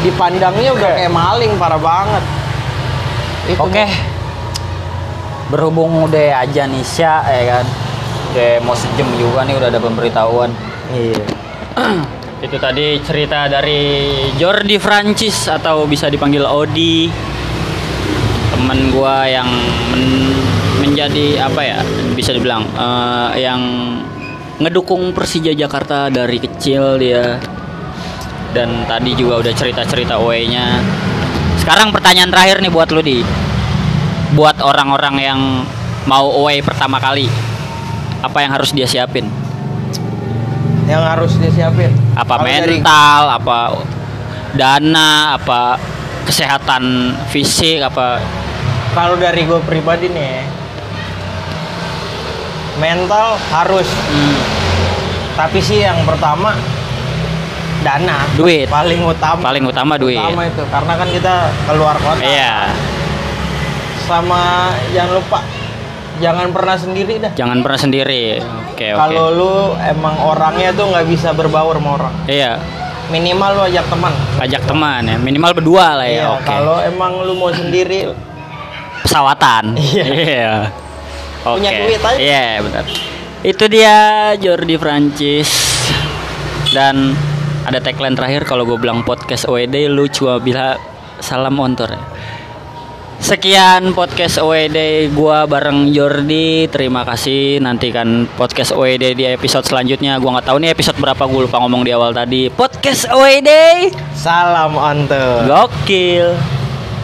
Speaker 2: dipandangnya udah kayak maling parah banget Itu.
Speaker 1: Oke. Berhubung udah aja Nisha ya kan. Udah mau sejam juga nih udah ada pemberitahuan.
Speaker 2: iya
Speaker 1: Itu tadi cerita dari Jordi Francis atau bisa dipanggil Odi. Temen gua yang men- menjadi apa ya? Bisa dibilang eh, yang ngedukung Persija Jakarta dari kecil dia. Dan tadi juga udah cerita-cerita OE-nya. Sekarang pertanyaan terakhir nih buat lu di. Buat orang-orang yang mau OE pertama kali. Apa yang harus dia siapin?
Speaker 2: yang harus disiapin
Speaker 1: apa
Speaker 2: Kalau dari-
Speaker 1: mental apa dana apa kesehatan fisik apa
Speaker 2: kalau dari gue pribadi nih mental harus
Speaker 1: hmm,
Speaker 2: tapi sih yang pertama dana
Speaker 1: Duit.
Speaker 2: paling utama
Speaker 1: paling utama duit
Speaker 2: utama itu karena kan kita keluar kota
Speaker 1: iya
Speaker 2: sama jangan lupa jangan pernah sendiri dah
Speaker 1: jangan pernah sendiri Ya, oke oke
Speaker 2: kalau lu emang orangnya tuh nggak bisa berbaur sama orang
Speaker 1: iya
Speaker 2: minimal lu ajak teman
Speaker 1: ajak teman ya minimal berdua lah ya
Speaker 2: Iya,
Speaker 1: oke
Speaker 2: kalau emang lu mau sendiri
Speaker 1: pesawatan
Speaker 2: Iya.
Speaker 1: oke
Speaker 2: Punya duit aja.
Speaker 1: iya benar itu dia Jordi Francis dan ada tagline terakhir kalau gue bilang podcast OED lu cuma bila salam ontor ya. Sekian podcast OED gua bareng Jordi. Terima kasih. Nantikan podcast OED di episode selanjutnya. Gua nggak tahu nih episode berapa E gue lupa ngomong di awal tadi. Podcast OED.
Speaker 2: Iya. salam ante
Speaker 1: Gokil.